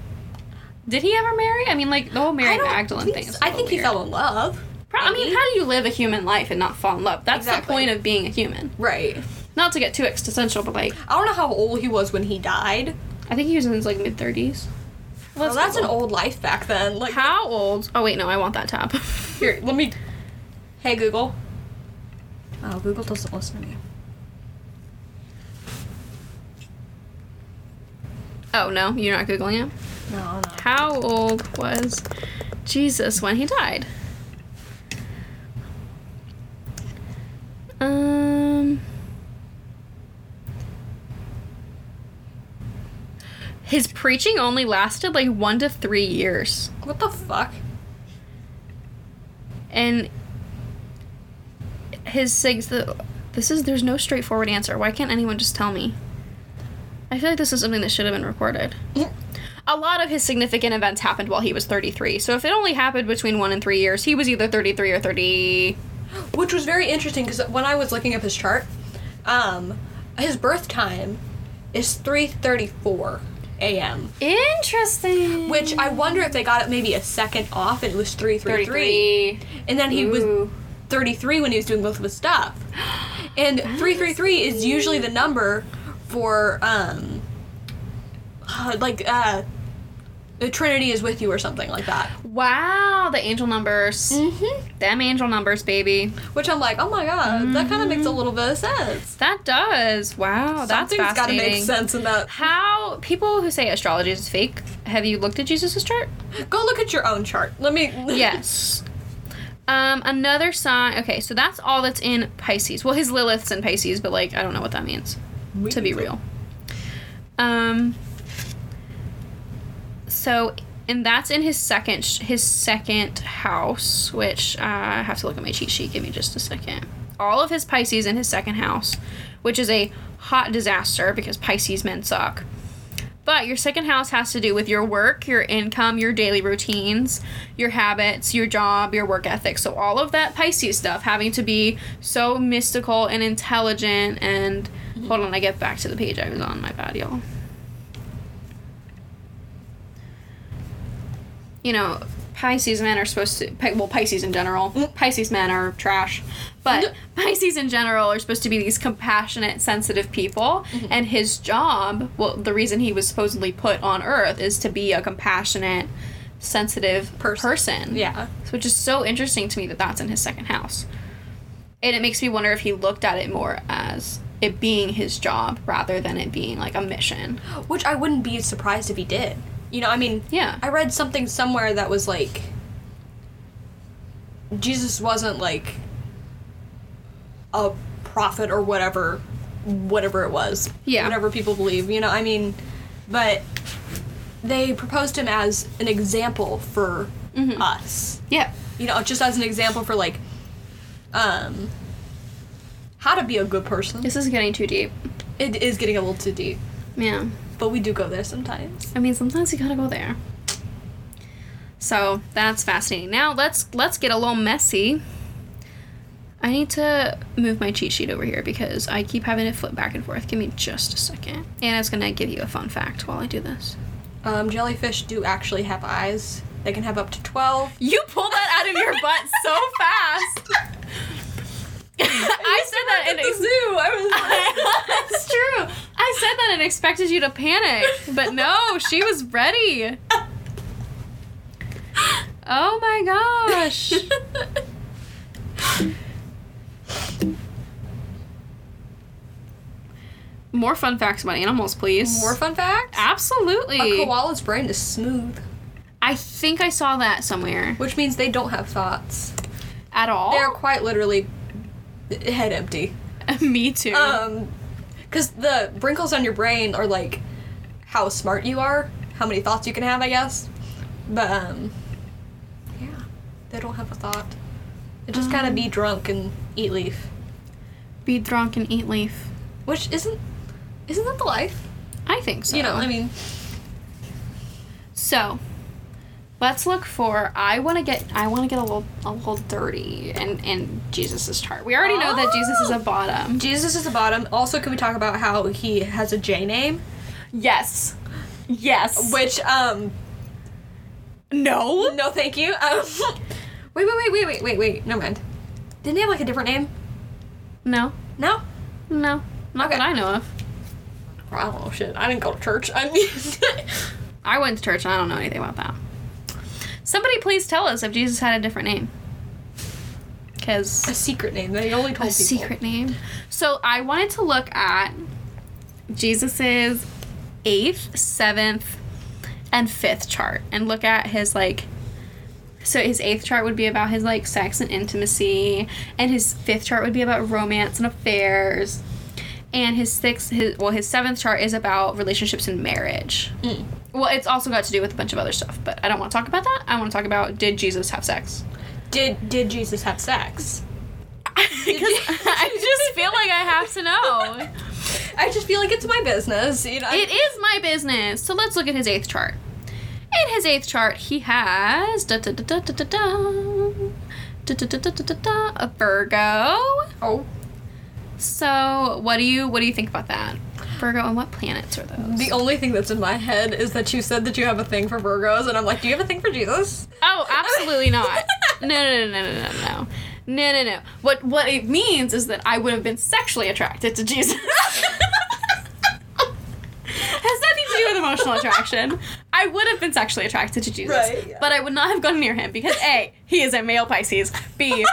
Speaker 2: Did he ever marry? I mean, like the whole Mary
Speaker 1: I don't
Speaker 2: Magdalene
Speaker 1: think
Speaker 2: thing. Is
Speaker 1: so. I think he
Speaker 2: weird.
Speaker 1: fell in love.
Speaker 2: Pro- I mean,
Speaker 1: maybe.
Speaker 2: how do you live a human life and not fall in love? That's the
Speaker 1: Exactly.
Speaker 2: point of being a human.
Speaker 1: Right.
Speaker 2: Not to get too existential, but like,
Speaker 1: I don't know how old he was when he died.
Speaker 2: I think he was in his like mid thirties.
Speaker 1: Well, that's an old life back then. Like,
Speaker 2: How old? Oh wait, no, I want that tab.
Speaker 1: here, let me. Hey, Google. Oh, Google doesn't listen to me.
Speaker 2: oh no, you're not googling him.
Speaker 1: No, no.
Speaker 2: How old was Jesus when he died? Um. His preaching only lasted like one to three years.
Speaker 1: What the fuck?
Speaker 2: and his sigs the this is there's no straightforward answer why can't anyone just tell me i feel like this is something that should have been recorded a lot of his significant events happened while he was 33 so if it only happened between one and three years he was either 33 or 30
Speaker 1: Which was very interesting because when I was looking up his chart, um, his birth time is three thirty-four a.m.
Speaker 2: interesting
Speaker 1: Which I wonder if they got it maybe a second off and it was three thirty-three,
Speaker 2: 33
Speaker 1: and then he was
Speaker 2: Ooh.
Speaker 1: 33 when he was doing both of his stuff. And 333 is usually the number for, um, uh, like, uh, the Trinity is with you or something like that.
Speaker 2: wow the angel numbers
Speaker 1: Mm-hmm.
Speaker 2: them angel numbers baby
Speaker 1: Which I'm like, oh my god, that kind of makes a little bit of sense.
Speaker 2: that does wow Mm-hmm. that's
Speaker 1: Something's gotta
Speaker 2: fascinating
Speaker 1: make sense in that.
Speaker 2: How people who say astrology is fake, have you looked at Jesus' chart?
Speaker 1: Go look at your own chart. Let me.
Speaker 2: Yes. Um, another sign. Okay, so that's all that's in Pisces. Well, his Lilith's in Pisces, but like I don't know what that means to be real. Um. So, and that's in his second sh- his second house, which uh, I have to look at my cheat sheet. Give me just a second. All of his Pisces in his second house, which is a hot disaster because Pisces men suck. But your second house has to do with your work, your income, your daily routines, your habits, your job, your work ethic. So all of that Pisces stuff having to be so mystical and intelligent and hold on, I get back to the page I was on, my bad, y'all. You know, Pisces men are supposed to Pi- well, Pisces in general.
Speaker 1: Mm.
Speaker 2: Pisces men are trash. But
Speaker 1: Mm-hmm.
Speaker 2: Pisces in general are supposed to be these compassionate, sensitive people.
Speaker 1: Mm-hmm.
Speaker 2: And his job, well, the reason he was supposedly put on Earth is to be a compassionate, sensitive
Speaker 1: Person.
Speaker 2: person.
Speaker 1: Yeah.
Speaker 2: So, Which is so interesting to me that that's in his second house. And it makes me wonder if he looked at it more as it being his job rather than it being like a mission.
Speaker 1: Which I wouldn't be surprised if he did. You know, I mean,
Speaker 2: Yeah.
Speaker 1: I read something somewhere that was like Jesus wasn't like a prophet or whatever whatever it was.
Speaker 2: Yeah.
Speaker 1: Whatever people believe, you know, I mean but they proposed him as an example for us.
Speaker 2: Yeah.
Speaker 1: You know, just as an example for like um how to be a good person.
Speaker 2: This is getting too deep.
Speaker 1: It is getting a little too deep,
Speaker 2: Yeah.
Speaker 1: but we do go there sometimes.
Speaker 2: I mean, sometimes you gotta go there. So that's fascinating. Now let's let's get a little messy. I need to move my cheat sheet over here because I keep having it flip back and forth. Give me just a second, and I was gonna give you a fun fact while I do this.
Speaker 1: Um, jellyfish do actually have eyes. They can have up to 12.
Speaker 2: You pulled that out of your butt so fast. I said that in ex-
Speaker 1: zoo. I
Speaker 2: That's true. I said that and expected you to panic, but no, she was ready. Oh my gosh. More fun facts about animals, please.
Speaker 1: More fun fact:
Speaker 2: Absolutely.
Speaker 1: a koala's brain is smooth,
Speaker 2: I think I saw that somewhere.
Speaker 1: which means they don't have thoughts.
Speaker 2: At all?
Speaker 1: They are quite literally head empty.
Speaker 2: Me too.
Speaker 1: Um, because the wrinkles on your brain are like how smart you are, how many thoughts you can have, I guess. But um, yeah, I don't have a thought. It just kind of be drunk and eat leaf,
Speaker 2: Be drunk and eat leaf.
Speaker 1: which isn't isn't that the life?
Speaker 2: I think so.
Speaker 1: You know, I mean,
Speaker 2: So, let's look for. I want to get. I want to get a little, a little dirty and and Jesus's chart. We already know that Jesus is a bottom.
Speaker 1: Jesus is the bottom. Also, can we talk about how he has a J name,
Speaker 2: Yes. Yes.
Speaker 1: which um
Speaker 2: no.
Speaker 1: no, thank you. Um, wait, wait, wait, wait, wait, wait, wait. No mind. Didn't he have like a different name?
Speaker 2: No.
Speaker 1: No.
Speaker 2: No. Not
Speaker 1: Okay.
Speaker 2: that I know of.
Speaker 1: I don't know. Shit, I didn't go to church. I mean,
Speaker 2: I went to church and I don't know anything about that. Somebody please tell us if Jesus had a different name.
Speaker 1: a
Speaker 2: Because
Speaker 1: secret name that he only told people.
Speaker 2: a secret name. So I wanted to look at Jesus's eighth, seventh, and fifth chart and look at his like so his eighth chart would be about his like sex and intimacy, and his fifth chart would be about romance and affairs, and his sixth, his well, his seventh chart is about relationships and marriage. Well, it's also got to do with a bunch of other stuff, but I don't want to talk about that. I want to talk about did Jesus have sex?
Speaker 1: Did did Jesus have sex?
Speaker 2: Because I just feel like I have to know.
Speaker 1: I just feel like it's my business. You know.
Speaker 2: It is my business. So let's look at his eighth chart. In his eighth chart, he has da da da da da da da da da da da da da da a Virgo.
Speaker 1: oh.
Speaker 2: So what do you what do you think about that? Virgo and what planets are those?
Speaker 1: The only thing that's in my head is that you said that you have a thing for Virgos, and I'm like, do you have a thing for Jesus?
Speaker 2: oh, absolutely not. No no no no no no no. No no no. What what it means is that I would have been sexually attracted to Jesus. Has nothing to do with emotional attraction. I would have been sexually attracted to Jesus,
Speaker 1: Right, yeah.
Speaker 2: but I would not have gone near him because A, he is a male Pisces. B,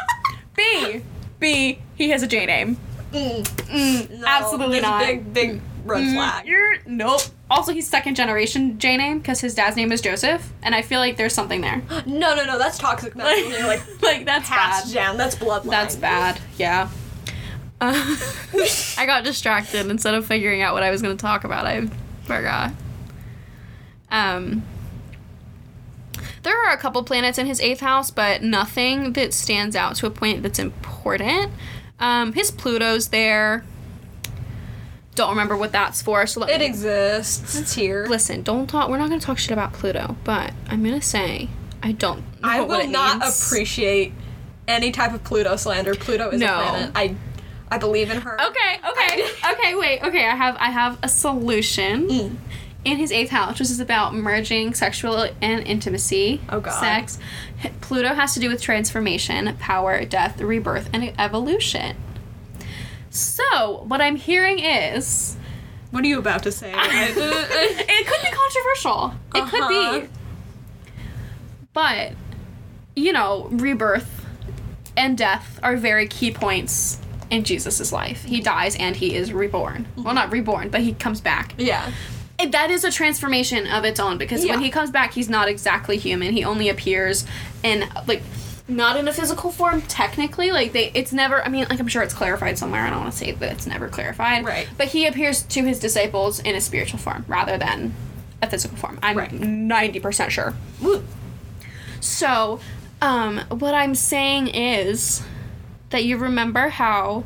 Speaker 2: B, B, he has a J name.
Speaker 1: Mm,
Speaker 2: Mm,
Speaker 1: no,
Speaker 2: absolutely
Speaker 1: there's a
Speaker 2: not.
Speaker 1: Big big red
Speaker 2: Mm,
Speaker 1: flag.
Speaker 2: You're nope. Also, he's second generation J name because his dad's name is Joseph, and I feel like there's something there.
Speaker 1: No, no, no. That's toxic masculinity. like
Speaker 2: like that's
Speaker 1: passed
Speaker 2: bad.
Speaker 1: down. That's bloodline.
Speaker 2: That's bad. Yeah. Uh, I got distracted instead of figuring out what I was going to talk about. I forgot. Um. There are a couple planets in his eighth house, but nothing that stands out to a point that's important. Um, his Pluto's there. Don't remember what that's for, so let
Speaker 1: It
Speaker 2: me
Speaker 1: exists. It's here.
Speaker 2: Listen, don't talk. We're not going to talk shit about Pluto, but I'm going to say I don't. Know
Speaker 1: I
Speaker 2: Oh, what
Speaker 1: will
Speaker 2: it
Speaker 1: not
Speaker 2: means.
Speaker 1: appreciate any type of Pluto slander. Pluto is
Speaker 2: No.
Speaker 1: a planet. I I believe in her.
Speaker 2: Okay, okay, okay. Wait, okay. I have I have a solution
Speaker 1: Mm.
Speaker 2: in his eighth house, which is about merging sexual and intimacy.
Speaker 1: Oh, God.
Speaker 2: Sex. Pluto has to do with transformation, power, death, rebirth, and evolution. So what I'm hearing is.
Speaker 1: What are you about to say?
Speaker 2: it could be controversial. It
Speaker 1: Uh-huh.
Speaker 2: could be. But, you know, rebirth and death are very key points in Jesus' life. He dies and he is reborn. Well, not reborn, but he comes back.
Speaker 1: yeah.
Speaker 2: And that is a transformation of its own because when
Speaker 1: Yeah.
Speaker 2: he comes back, he's not exactly human. He only appears in, like, not in a physical form technically like they it's never i mean like i'm sure it's clarified somewhere i don't want to say that it's never clarified
Speaker 1: Right.
Speaker 2: but he appears to his disciples in a spiritual form rather than a physical form i'm
Speaker 1: Right.
Speaker 2: 90% sure
Speaker 1: Woo.
Speaker 2: so, um, what I'm saying is that you remember how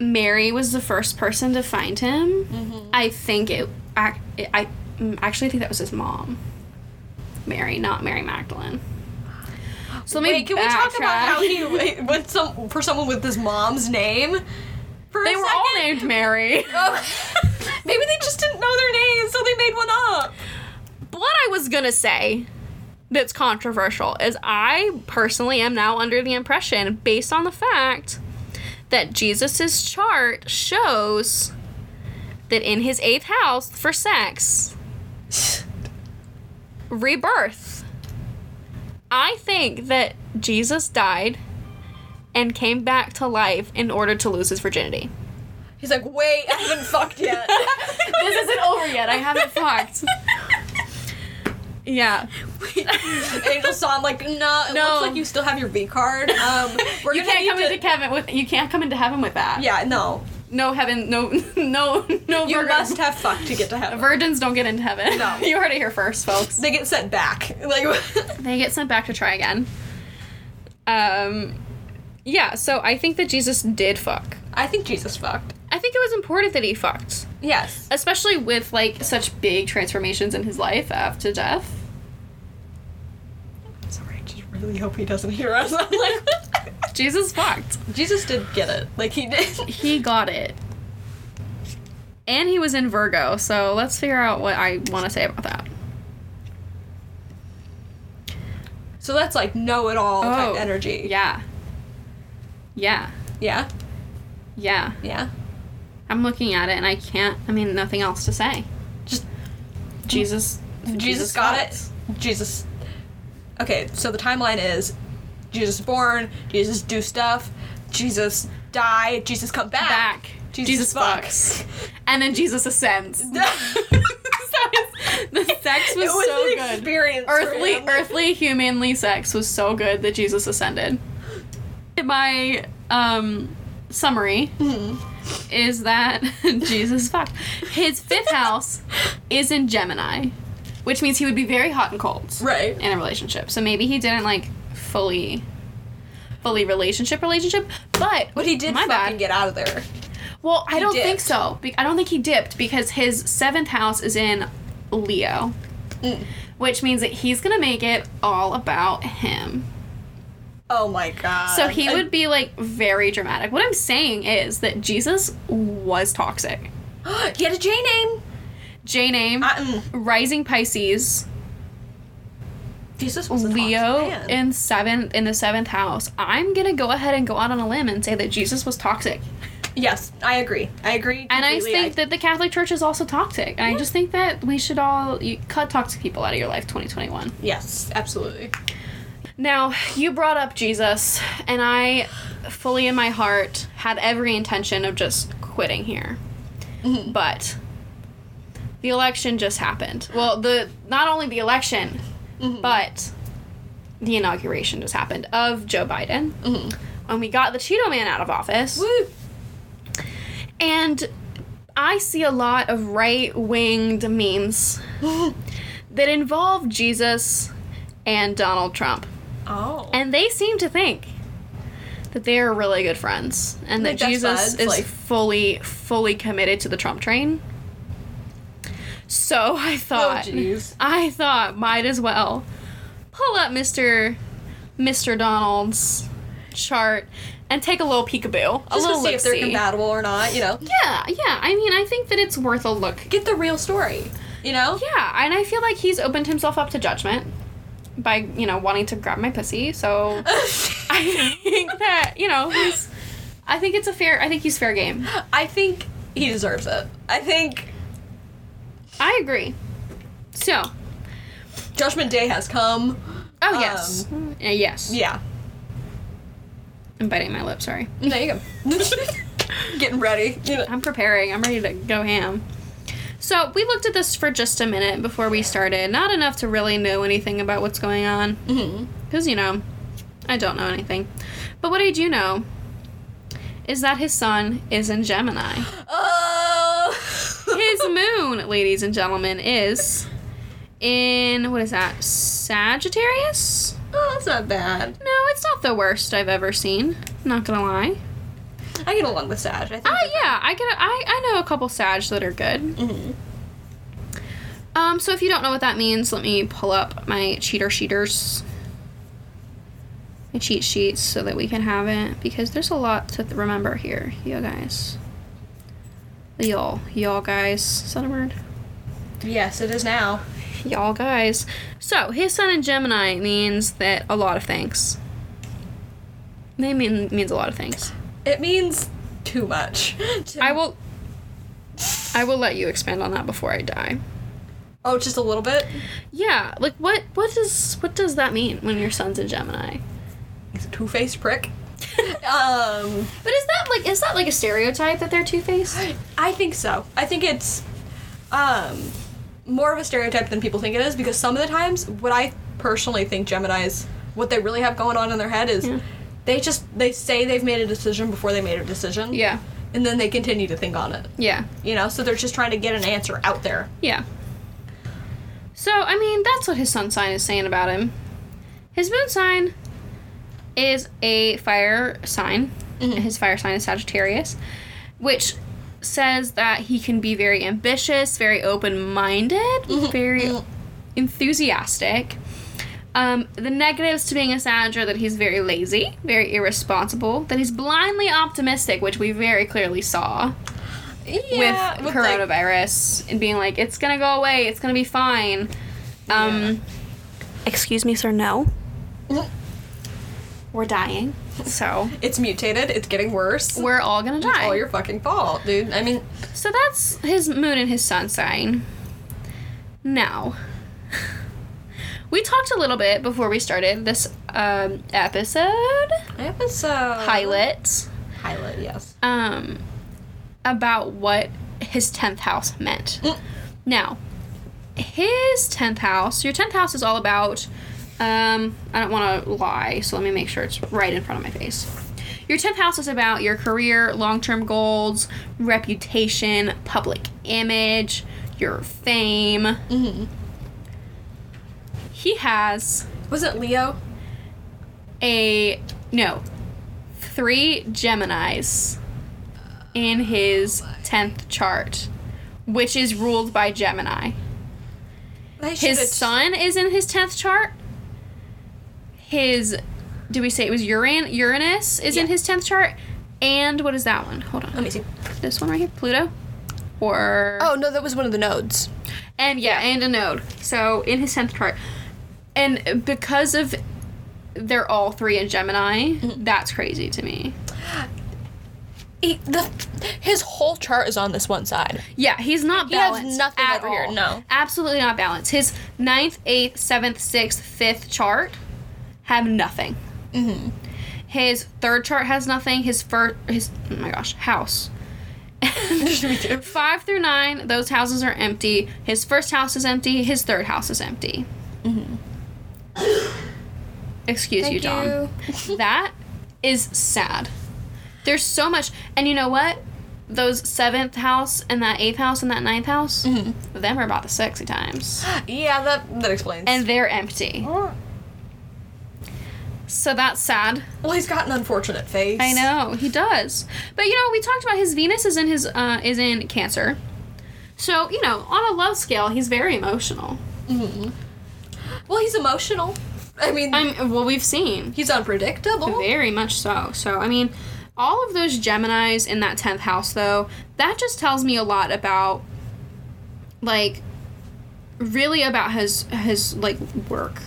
Speaker 2: Mary was the first person to find him.
Speaker 1: Mm-hmm.
Speaker 2: I think it. I, I mm, actually think that was his mom, Mary, not Mary Magdalene. So let me
Speaker 1: Wait, can we talk about how
Speaker 2: backtrack.
Speaker 1: he with some for someone with his mom's name? For a
Speaker 2: they were all
Speaker 1: second?
Speaker 2: named Mary?
Speaker 1: Oh. Maybe they just didn't know their names, so they made one up.
Speaker 2: what I was gonna say that's controversial is I personally am now under the impression, based on the fact that Jesus's chart shows that in his eighth house for sex, rebirth. I think that Jesus died and came back to life in order to lose his virginity.
Speaker 1: He's like, wait, I haven't fucked yet.
Speaker 2: This isn't over yet. I haven't fucked. Yeah.
Speaker 1: Angel saw him like, no, it
Speaker 2: No.
Speaker 1: looks like you still have your V card. Um, we're
Speaker 2: you
Speaker 1: gonna
Speaker 2: can't
Speaker 1: need
Speaker 2: come
Speaker 1: to-
Speaker 2: into heaven with you can't come into heaven with that.
Speaker 1: Yeah, no.
Speaker 2: No heaven. No no no.
Speaker 1: You
Speaker 2: virgin-
Speaker 1: must have fucked to get to heaven.
Speaker 2: Virgins don't get into heaven.
Speaker 1: No.
Speaker 2: you heard it here first, folks.
Speaker 1: They get sent back. Like,
Speaker 2: They get sent back to try again. Um, yeah, so I think that Jesus did fuck.
Speaker 1: I think Jesus fucked.
Speaker 2: I think it was important that he fucked,
Speaker 1: Yes.
Speaker 2: especially with like such big transformations in his life after death.
Speaker 1: Sorry, I just really hope he doesn't hear us. I'm like,
Speaker 2: Jesus fucked.
Speaker 1: Jesus did get it. Like he did.
Speaker 2: He got it. And he was in Virgo, so let's figure out what I want to say about that.
Speaker 1: So that's like know it all
Speaker 2: Oh,
Speaker 1: type energy.
Speaker 2: Yeah. Yeah.
Speaker 1: Yeah.
Speaker 2: Yeah.
Speaker 1: Yeah.
Speaker 2: I'm looking at it and I can't, I mean, nothing else to say.
Speaker 1: Just
Speaker 2: Jesus.
Speaker 1: Jesus, got it. Jesus. Okay, so the timeline is Jesus born, Jesus do stuff, Jesus die, Jesus come back.
Speaker 2: Back.
Speaker 1: Jesus
Speaker 2: fucks. And then Jesus ascends. so it's- the sex was,
Speaker 1: it was
Speaker 2: so
Speaker 1: an
Speaker 2: good.
Speaker 1: experience. for
Speaker 2: earthly
Speaker 1: him.
Speaker 2: earthly humanly sex was so good that Jesus ascended. My um summary
Speaker 1: Mm-hmm.
Speaker 2: is that Jesus fucked. His fifth house is in Gemini, which means he would be very hot and cold
Speaker 1: Right.
Speaker 2: in a relationship. So maybe he didn't like fully fully relationship relationship, but
Speaker 1: But he did
Speaker 2: my
Speaker 1: fucking
Speaker 2: bad.
Speaker 1: get out of there.
Speaker 2: Well, I
Speaker 1: He
Speaker 2: don't think
Speaker 1: dipped.
Speaker 2: so. Be- I don't think he dipped because his seventh house is in Leo,
Speaker 1: Mm.
Speaker 2: which means that he's gonna make it all about him.
Speaker 1: Oh my god.
Speaker 2: So he
Speaker 1: I-
Speaker 2: would be like very dramatic. What I'm saying is that Jesus was toxic.
Speaker 1: he had a J name.
Speaker 2: J name,
Speaker 1: I- mm.
Speaker 2: rising Pisces,
Speaker 1: Jesus was a toxic
Speaker 2: Leo
Speaker 1: man.
Speaker 2: in seventh in the seventh house. I'm gonna go ahead and go out on a limb and say that Jesus was toxic.
Speaker 1: yes, I agree. I agree.
Speaker 2: And I
Speaker 1: completely.
Speaker 2: think that the Catholic Church is also toxic. And I just think that we should all you, cut toxic people out of your life 2021.
Speaker 1: yes, absolutely.
Speaker 2: Now, you brought up Jesus, and I fully in my heart had every intention of just quitting here. But the election just happened. Well, the not only the election, but the inauguration just happened of Joe Biden. And we got the Cheeto Man out of office.
Speaker 1: Woo.
Speaker 2: And I see a lot of right winged memes that involve Jesus and Donald Trump.
Speaker 1: Oh.
Speaker 2: And they seem to think that they are really good friends and
Speaker 1: Like,
Speaker 2: that
Speaker 1: best
Speaker 2: Jesus
Speaker 1: buds,
Speaker 2: is
Speaker 1: like-
Speaker 2: fully, fully committed to the Trump train. So I thought,
Speaker 1: Oh, jeez.
Speaker 2: I thought, might as well pull up Mr. Mr. Donald's chart and take a little peekaboo, a
Speaker 1: just
Speaker 2: little
Speaker 1: to see if they're
Speaker 2: look-see.
Speaker 1: compatible or not. You know,
Speaker 2: Yeah, yeah. I mean, I think that it's worth a look.
Speaker 1: get the real story. You know.
Speaker 2: Yeah, and I feel like he's opened himself up to judgment by, you know, wanting to grab my pussy. So I think that, you know, he's I think it's a fair I think he's fair game.
Speaker 1: I think he deserves it. I think
Speaker 2: I agree. So,
Speaker 1: Judgment Day has come.
Speaker 2: oh yes. Uh, yes.
Speaker 1: Yeah.
Speaker 2: I'm biting my lip, sorry.
Speaker 1: There you go. Getting ready. You know.
Speaker 2: I'm preparing. I'm ready to go ham. So, we looked at this for just a minute before we started. Not enough to really know anything about what's going on.
Speaker 1: Mhm.
Speaker 2: Because, you know, I don't know anything. But what I do know is that his sun is in Gemini.
Speaker 1: Oh.
Speaker 2: His moon, ladies and gentlemen, is in, what is that, Sagittarius?
Speaker 1: oh, that's not bad.
Speaker 2: No, it's not the worst I've ever seen. Not gonna lie.
Speaker 1: I get along with Sag. I think.
Speaker 2: Ah, yeah, I get. A, I I know a couple Sag that are good.
Speaker 1: Mhm.
Speaker 2: Um, so if you don't know what that means, let me pull up my cheater sheeters, my cheat sheets, so that we can have it because there's a lot to th- remember here, you guys. Y'all, y'all guys. Is that a word?
Speaker 1: Yes, it is now.
Speaker 2: Y'all guys. So his sun in Gemini means that a lot of things. They mean means a lot of things.
Speaker 1: It means too much.
Speaker 2: I will. I will let you expand on that before I die.
Speaker 1: Oh, just a little bit.
Speaker 2: Yeah, like what? What does what does that mean when your son's in Gemini?
Speaker 1: He's a two-faced prick.
Speaker 2: but
Speaker 1: Um,
Speaker 2: is that like is that like a stereotype that they're two faced?
Speaker 1: I think so. I think it's um more of a stereotype than people think it is because some of the times what I personally think Gemini's what they really have going on in their head is
Speaker 2: Yeah.
Speaker 1: they just they say they've made a decision before they made a decision.
Speaker 2: Yeah,
Speaker 1: And then they continue to think on it.
Speaker 2: yeah,
Speaker 1: You know, so they're just trying to get an answer out there.
Speaker 2: yeah. So I mean, that's what his sun sign is saying about him. His moon sign is a fire sign.
Speaker 1: Mhm.
Speaker 2: His fire sign is Sagittarius, which says that he can be very ambitious, very open minded, very
Speaker 1: mhm.
Speaker 2: enthusiastic. Um, the negatives to being a Sag are that he's very lazy, very irresponsible, that he's blindly optimistic, which we very clearly saw
Speaker 1: Yeah,
Speaker 2: with,
Speaker 1: like-
Speaker 2: coronavirus and being like, it's gonna go away, it's gonna be fine. Um, Excuse me, sir, no. We're dying. So,
Speaker 1: it's mutated. It's getting worse.
Speaker 2: we're all gonna
Speaker 1: It's all
Speaker 2: die.
Speaker 1: your fucking fault, dude. I mean,
Speaker 2: so, that's his moon and his sun sign. Now, we talked a little bit before we started this um, episode,
Speaker 1: episode
Speaker 2: pilot,
Speaker 1: uh, Pilot, yes.
Speaker 2: um, about what his 10th house meant.
Speaker 1: Mm.
Speaker 2: Now, his 10th house, your 10th house is all about, um, I don't want to lie, so let me make sure it's right in front of my face. Your 10th house is about your career, long term goals, reputation, public image, your fame.
Speaker 1: Mhm.
Speaker 2: He has
Speaker 1: Was it Leo?
Speaker 2: a, no, three Geminis in his 10th chart, which is ruled by Gemini.
Speaker 1: They
Speaker 2: His
Speaker 1: should've-
Speaker 2: sun is in his tenth chart. His, do we say it was Uran- Uranus is in
Speaker 1: Yeah.
Speaker 2: his tenth chart, and what is that one? Hold on,
Speaker 1: Let me see.
Speaker 2: this one right here, Pluto, or
Speaker 1: Oh no, that was one of the nodes.
Speaker 2: and yeah, and a node. So in his tenth chart, and because of they're all three in Gemini,
Speaker 1: Mm-hmm.
Speaker 2: that's crazy to me.
Speaker 1: He, the, his whole chart is on this one side.
Speaker 2: Yeah, he's not
Speaker 1: He has
Speaker 2: balanced
Speaker 1: nothing
Speaker 2: at
Speaker 1: over here,
Speaker 2: all.
Speaker 1: no.
Speaker 2: absolutely not balanced. His ninth, eighth, seventh, sixth, fifth chart have nothing.
Speaker 1: Mm-hmm.
Speaker 2: His third chart has nothing. His first, his oh my gosh, house. Five through nine, those houses are empty. His first house is empty. His third house is empty.
Speaker 1: Mm-hmm.
Speaker 2: Excuse you, Dom. That is sad. There's so much, and you know what? Those seventh house and that eighth house and that ninth house, them are about the sexy times,
Speaker 1: yeah, that that explains.
Speaker 2: and they're empty.
Speaker 1: well,
Speaker 2: So that's sad.
Speaker 1: he's got an unfortunate face.
Speaker 2: I know he does, but you know we talked about his Venus is in his uh, is in Cancer, so you know on a love scale he's very emotional.
Speaker 1: Well, he's emotional. I mean,
Speaker 2: I'm well we've seen
Speaker 1: he's unpredictable.
Speaker 2: very much so. So I mean, all of those Gemini's in that tenth house though that just tells me a lot about like really about his his like work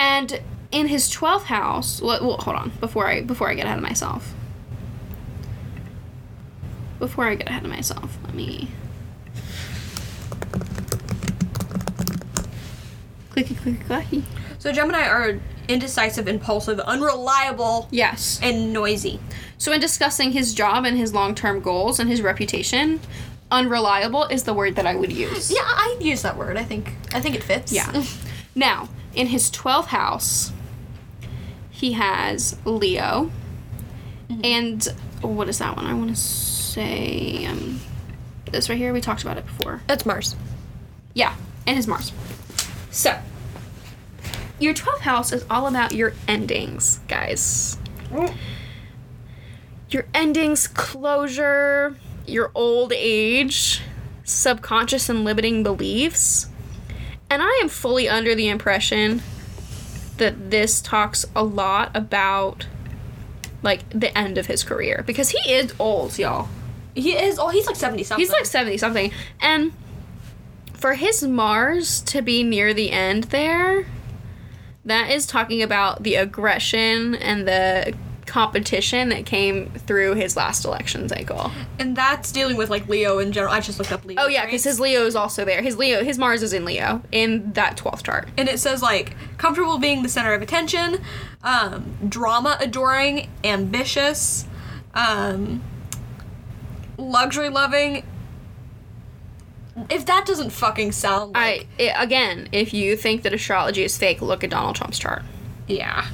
Speaker 2: and in his 12th house well, well hold on before i before i get ahead of myself before i get ahead of myself let me clicky clicky clicky
Speaker 1: So Gemini are indecisive, impulsive, unreliable,
Speaker 2: yes
Speaker 1: and noisy.
Speaker 2: so in discussing his job and his long-term goals and his reputation unreliable is the word that i would use
Speaker 1: Yeah, I use that word. I think I think it fits.
Speaker 2: Yeah. Now, in his 12th house, he has Leo. And what is that one? I want to say um, this right here. We talked about it before.
Speaker 1: That's Mars.
Speaker 2: Yeah, and his Mars. So, your 12th house is all about your endings, guys. Your endings, closure, your old age, subconscious and limiting beliefs. And I am fully under the impression that this talks a lot about like the end of his career because he is old, y'all.
Speaker 1: He is. Oh, he's like seventy something.
Speaker 2: He's like 70 something. And for his Mars to be near the end there, that is talking about the aggression and the competition that came through his last election cycle.
Speaker 1: and that's dealing with like Leo in general. I just looked up Leo.
Speaker 2: Oh yeah,
Speaker 1: right?
Speaker 2: because his Leo is also there. His Leo, his Mars is in Leo in that 12th chart.
Speaker 1: and it says like comfortable being the center of attention, um, drama adoring, ambitious, um, luxury loving. If that doesn't fucking sound like
Speaker 2: I i again, if you think that astrology is fake, look at Donald Trump's chart.
Speaker 1: yeah,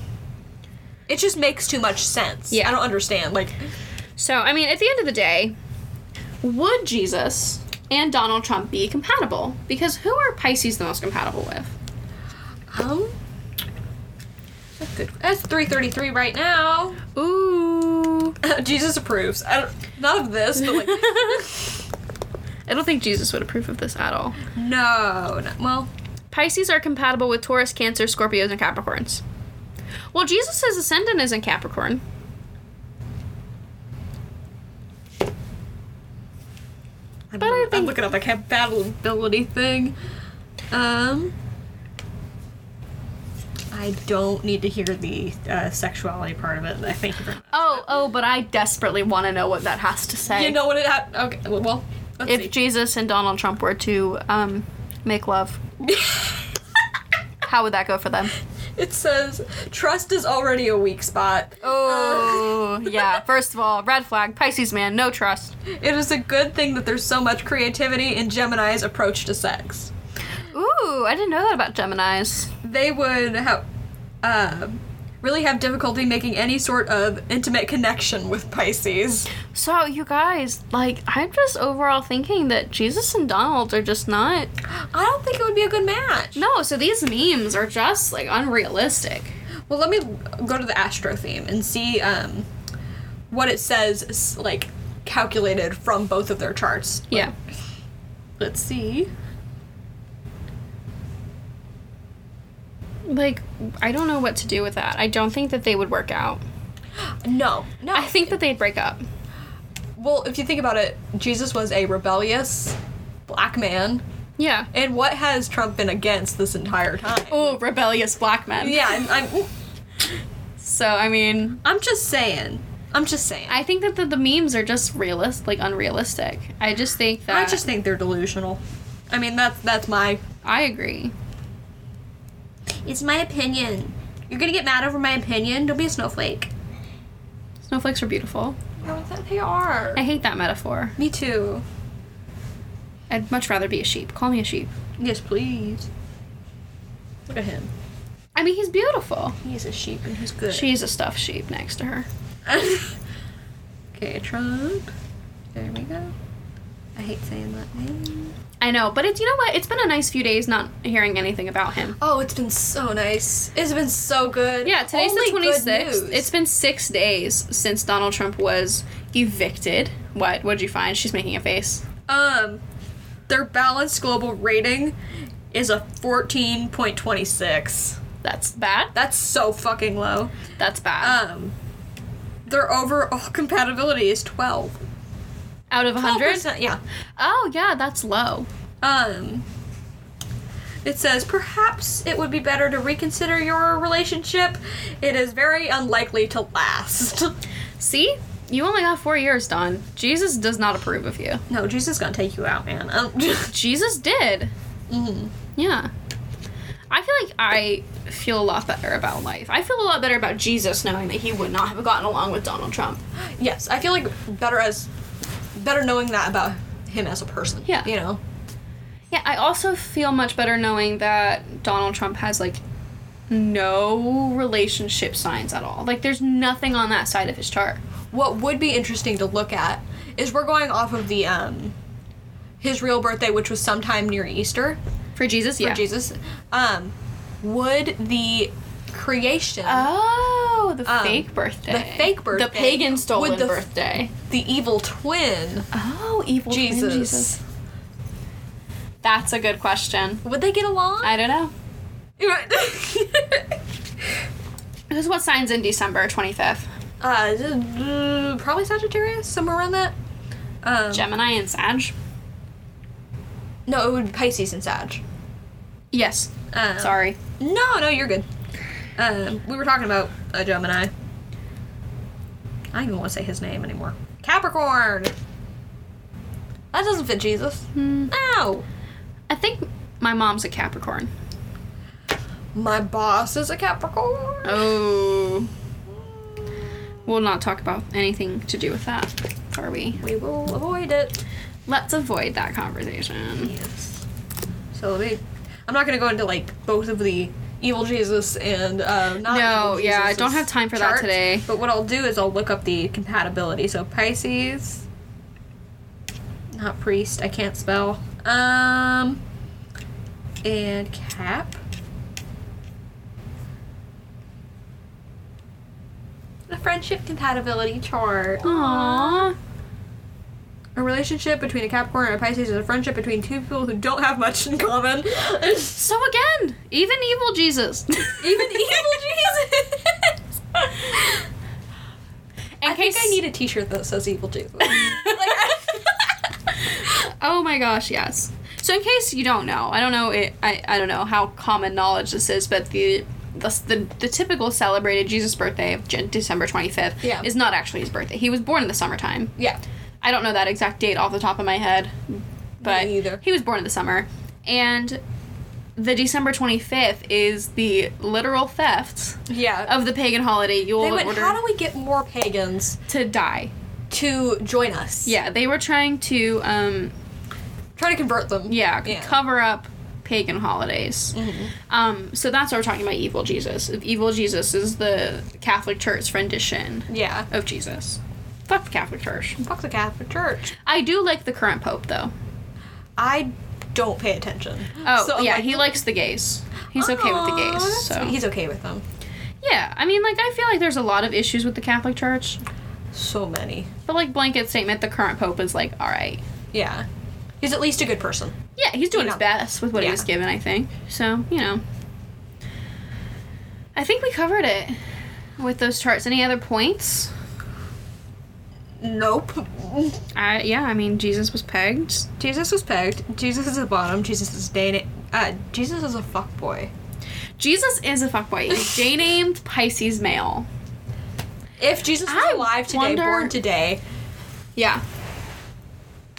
Speaker 1: it just makes too much sense.
Speaker 2: Yeah.
Speaker 1: I don't understand. Like
Speaker 2: So, I mean, at the end of the day, would Jesus and Donald Trump be compatible? Because who are Pisces the most compatible with?
Speaker 1: um, That's good. That's 333 right now.
Speaker 2: Ooh.
Speaker 1: Jesus approves. I don't, not of this, but like
Speaker 2: I don't think Jesus would approve of this at all.
Speaker 1: no, no. Well,
Speaker 2: Pisces are compatible with Taurus, Cancer, Scorpios, and Capricorns. Well, Jesus' ascendant is in Capricorn.
Speaker 1: I'm,
Speaker 2: But I
Speaker 1: I'm
Speaker 2: think-
Speaker 1: looking up like compatibility thing. Um, I don't need to hear the uh, sexuality part of it. I thank you very much.
Speaker 2: Oh, oh, but I desperately want to know what that has to say.
Speaker 1: You know what it happened? Okay, well, well let's
Speaker 2: if
Speaker 1: see.
Speaker 2: Jesus and Donald Trump were to um, make love, how would that go for them?
Speaker 1: it says trust is already a weak spot.
Speaker 2: Oh, yeah. First of all, red flag, Pisces man, no trust.
Speaker 1: It is a good thing that there's so much creativity in Gemini's approach to sex.
Speaker 2: Ooh, I didn't know that about Geminis.
Speaker 1: They would have um really have difficulty making any sort of intimate connection with Pisces.
Speaker 2: So, you guys, like, I'm just overall thinking that Jesus and Donald are just not.
Speaker 1: I don't think it would be a good match.
Speaker 2: No, so these memes are just, like, unrealistic.
Speaker 1: Well, let me go to the astro theme and see um, what it says, s- like calculated from both of their charts.
Speaker 2: Yeah.
Speaker 1: Let's see.
Speaker 2: Like, I don't know what to do with that. I don't think that they would work out.
Speaker 1: No, no.
Speaker 2: I think that they'd break up.
Speaker 1: Well, if you think about it, Jesus was a rebellious black man,
Speaker 2: Yeah.
Speaker 1: and what has Trump been against this entire time?
Speaker 2: Oh, rebellious black men.
Speaker 1: Yeah, I'm, I'm.
Speaker 2: So, I mean,
Speaker 1: I'm just saying. I'm just saying. I,
Speaker 2: I think that the, the memes are just realist, like unrealistic. I just think that.
Speaker 1: just think they're delusional. I mean, that's that's my.
Speaker 2: I agree.
Speaker 1: It's my opinion. You're gonna get mad over my opinion. Don't be a snowflake.
Speaker 2: Snowflakes are beautiful.
Speaker 1: No, they are.
Speaker 2: I hate that metaphor.
Speaker 1: Me too.
Speaker 2: I'd much rather be a sheep. Call me a sheep.
Speaker 1: Yes, please. Look at him.
Speaker 2: I mean, he's beautiful.
Speaker 1: He's a sheep and he's good.
Speaker 2: She's a stuffed sheep next to her.
Speaker 1: okay, Trump. There we go. I hate saying that name.
Speaker 2: I know, but it's you know what? It's been a nice few days not hearing anything about him.
Speaker 1: Oh, it's been so nice. It's been so good.
Speaker 2: Yeah, today's
Speaker 1: Only
Speaker 2: the
Speaker 1: good
Speaker 2: twenty sixth.
Speaker 1: news.
Speaker 2: It's been six days since Donald Trump was evicted. What? What'd you find? She's making a face.
Speaker 1: um, their balanced global rating is a fourteen point twenty six.
Speaker 2: That's bad.
Speaker 1: That's so fucking low.
Speaker 2: That's bad.
Speaker 1: Um, their overall compatibility is twelve.
Speaker 2: Out of hundred.
Speaker 1: 12%, Yeah.
Speaker 2: Oh yeah, that's low.
Speaker 1: Um, it says perhaps it would be better to reconsider your relationship. It is very unlikely to last.
Speaker 2: See? You only got four years, Don. Jesus does not approve of you.
Speaker 1: no, Jesus is gonna take you out, man. Um,
Speaker 2: Jesus did.
Speaker 1: Mm-hmm.
Speaker 2: Yeah. I feel like I feel a lot better about life. I feel a lot better about Jesus knowing that he would not have gotten along with Donald Trump.
Speaker 1: yes, I feel like better as better knowing that about him as a person.
Speaker 2: Yeah.
Speaker 1: you know.
Speaker 2: Yeah, I also feel much better knowing that Donald Trump has, like, no relationship signs at all. Like, there's nothing on that side of his chart.
Speaker 1: What would be interesting to look at is we're going off of the um, his real birthday, which was sometime near Easter.
Speaker 2: For Jesus, yeah.
Speaker 1: for Jesus. Um, would the creation,
Speaker 2: Oh, the
Speaker 1: Um,
Speaker 2: fake birthday.
Speaker 1: the fake birthday.
Speaker 2: The pagan stolen
Speaker 1: Would the f-
Speaker 2: birthday.
Speaker 1: the evil twin,
Speaker 2: Oh, evil twin
Speaker 1: Jesus,
Speaker 2: Jesus. That's a good question.
Speaker 1: would they get along?
Speaker 2: I don't know.
Speaker 1: uh,
Speaker 2: This is what signs in December 25th.
Speaker 1: uh, probably Sagittarius, somewhere around that. Um,
Speaker 2: Gemini and Sag.
Speaker 1: no, it would be Pisces and Sag.
Speaker 2: Yes.
Speaker 1: Um,
Speaker 2: Sorry.
Speaker 1: No, no, you're good. Um, we were talking about a Gemini. I don't even want to say his name anymore. Capricorn. That doesn't fit Jesus.
Speaker 2: Hmm.
Speaker 1: No.
Speaker 2: I think my mom's a Capricorn.
Speaker 1: My boss is a Capricorn.
Speaker 2: Oh. We'll not talk about anything to do with that, are we?
Speaker 1: We will avoid it.
Speaker 2: Let's avoid that conversation.
Speaker 1: Yes. So they, I'm not gonna go into like both of the evil Jesus and uh, not
Speaker 2: No,
Speaker 1: evil
Speaker 2: yeah, I
Speaker 1: Jesus's
Speaker 2: don't have time for that
Speaker 1: charts,
Speaker 2: today.
Speaker 1: But what I'll do is I'll look up the compatibility. So Pisces, not priest. I can't spell. Um, and cap. friendship compatibility chart.
Speaker 2: Aww.
Speaker 1: A relationship between a Capricorn and a Pisces is a friendship between two people who don't have much in common.
Speaker 2: So again, even evil Jesus.
Speaker 1: Even evil Jesus. I think I need a T-shirt that says "Evil Jesus." like, I-
Speaker 2: Oh my gosh, yes. So in case you don't know, I don't know it. I, I don't know how common knowledge this is, but the the the, the typical celebrated Jesus birthday of Jan- December twenty fifth
Speaker 1: Yeah.
Speaker 2: is not actually his birthday. He was born in the summertime.
Speaker 1: yeah,
Speaker 2: I don't know that exact date off the top of my head, but
Speaker 1: Me either.
Speaker 2: he was born in the summer, and the December twenty fifth is the literal theft
Speaker 1: yeah.
Speaker 2: of the pagan holiday Yule
Speaker 1: they
Speaker 2: in
Speaker 1: went.
Speaker 2: order
Speaker 1: How do we get more pagans
Speaker 2: to die.
Speaker 1: to join us?
Speaker 2: Yeah, they were trying to um,
Speaker 1: try to convert them.
Speaker 2: yeah,
Speaker 1: Yeah. Mm-hmm.
Speaker 2: cover up pagan holidays. Um, so that's what we're talking about evil Jesus. Evil Jesus is the Catholic Church rendition
Speaker 1: yeah.
Speaker 2: of Jesus. Fuck the Catholic Church.
Speaker 1: Fuck the Catholic Church.
Speaker 2: I do like the current Pope though.
Speaker 1: I don't pay attention.
Speaker 2: Oh
Speaker 1: So I'm
Speaker 2: yeah,
Speaker 1: like,
Speaker 2: he likes the gays. He's okay with the
Speaker 1: "Aw,
Speaker 2: gays.
Speaker 1: that's
Speaker 2: So
Speaker 1: sweet." He's okay with them.
Speaker 2: yeah, I mean like I feel like there's a lot of issues with the Catholic Church,
Speaker 1: So many.
Speaker 2: but like blanket statement, the current Pope is like all right.
Speaker 1: Yeah. He's at least a good person.
Speaker 2: Yeah, he's doing
Speaker 1: You
Speaker 2: his
Speaker 1: know.
Speaker 2: best with what he
Speaker 1: Yeah.
Speaker 2: was given, I think. So, you know. I think we covered it with those charts. Any other points?
Speaker 1: Nope.
Speaker 2: I yeah, I mean, Jesus was pegged.
Speaker 1: Jesus was pegged. Jesus is a bottom. Jesus is dating. Uh, Jesus is a fuckboy.
Speaker 2: Jesus is a fuckboy. He's day named Pisces male.
Speaker 1: If Jesus was
Speaker 2: I
Speaker 1: alive today,
Speaker 2: wonder-
Speaker 1: born today,
Speaker 2: Yeah.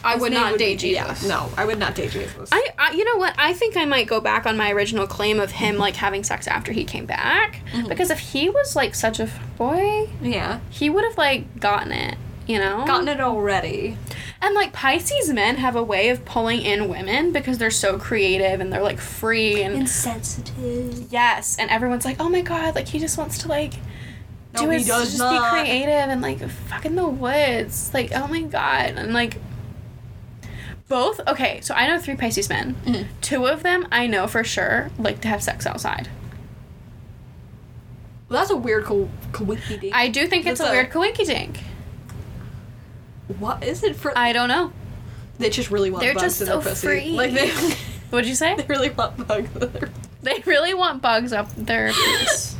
Speaker 2: I
Speaker 1: his
Speaker 2: would
Speaker 1: name
Speaker 2: not date
Speaker 1: be- yeah,
Speaker 2: Jesus.
Speaker 1: no, I would not date Jesus.
Speaker 2: I, I you know what? I think I might go back on my original claim of him like having sex after he came back
Speaker 1: Mm-hmm.
Speaker 2: because if he was like such a boy,
Speaker 1: yeah,
Speaker 2: he would have like gotten it, you know?
Speaker 1: gotten it already.
Speaker 2: And like Pisces men have a way of pulling in women because they're so creative and they're like free and
Speaker 1: Insensitive.
Speaker 2: yes, and everyone's like, oh my god, like he just wants to like
Speaker 1: No,
Speaker 2: do
Speaker 1: he
Speaker 2: his
Speaker 1: does
Speaker 2: just
Speaker 1: not.
Speaker 2: be creative and like fuck in the woods, like oh my god, and like both. Okay, so I know three Pisces men.
Speaker 1: Mhm.
Speaker 2: Two of them I know for sure like to have sex outside.
Speaker 1: Well, that's a weird co- coinky
Speaker 2: I do think it's
Speaker 1: That's
Speaker 2: a
Speaker 1: a-
Speaker 2: weird coinky dink.
Speaker 1: What is it for?
Speaker 2: I don't know.
Speaker 1: they just really want.
Speaker 2: They're
Speaker 1: bugs
Speaker 2: just
Speaker 1: in their
Speaker 2: so
Speaker 1: pussy.
Speaker 2: free.
Speaker 1: Like they,
Speaker 2: What'd you say?
Speaker 1: they really want bugs. in their-
Speaker 2: they really want bugs up their piece.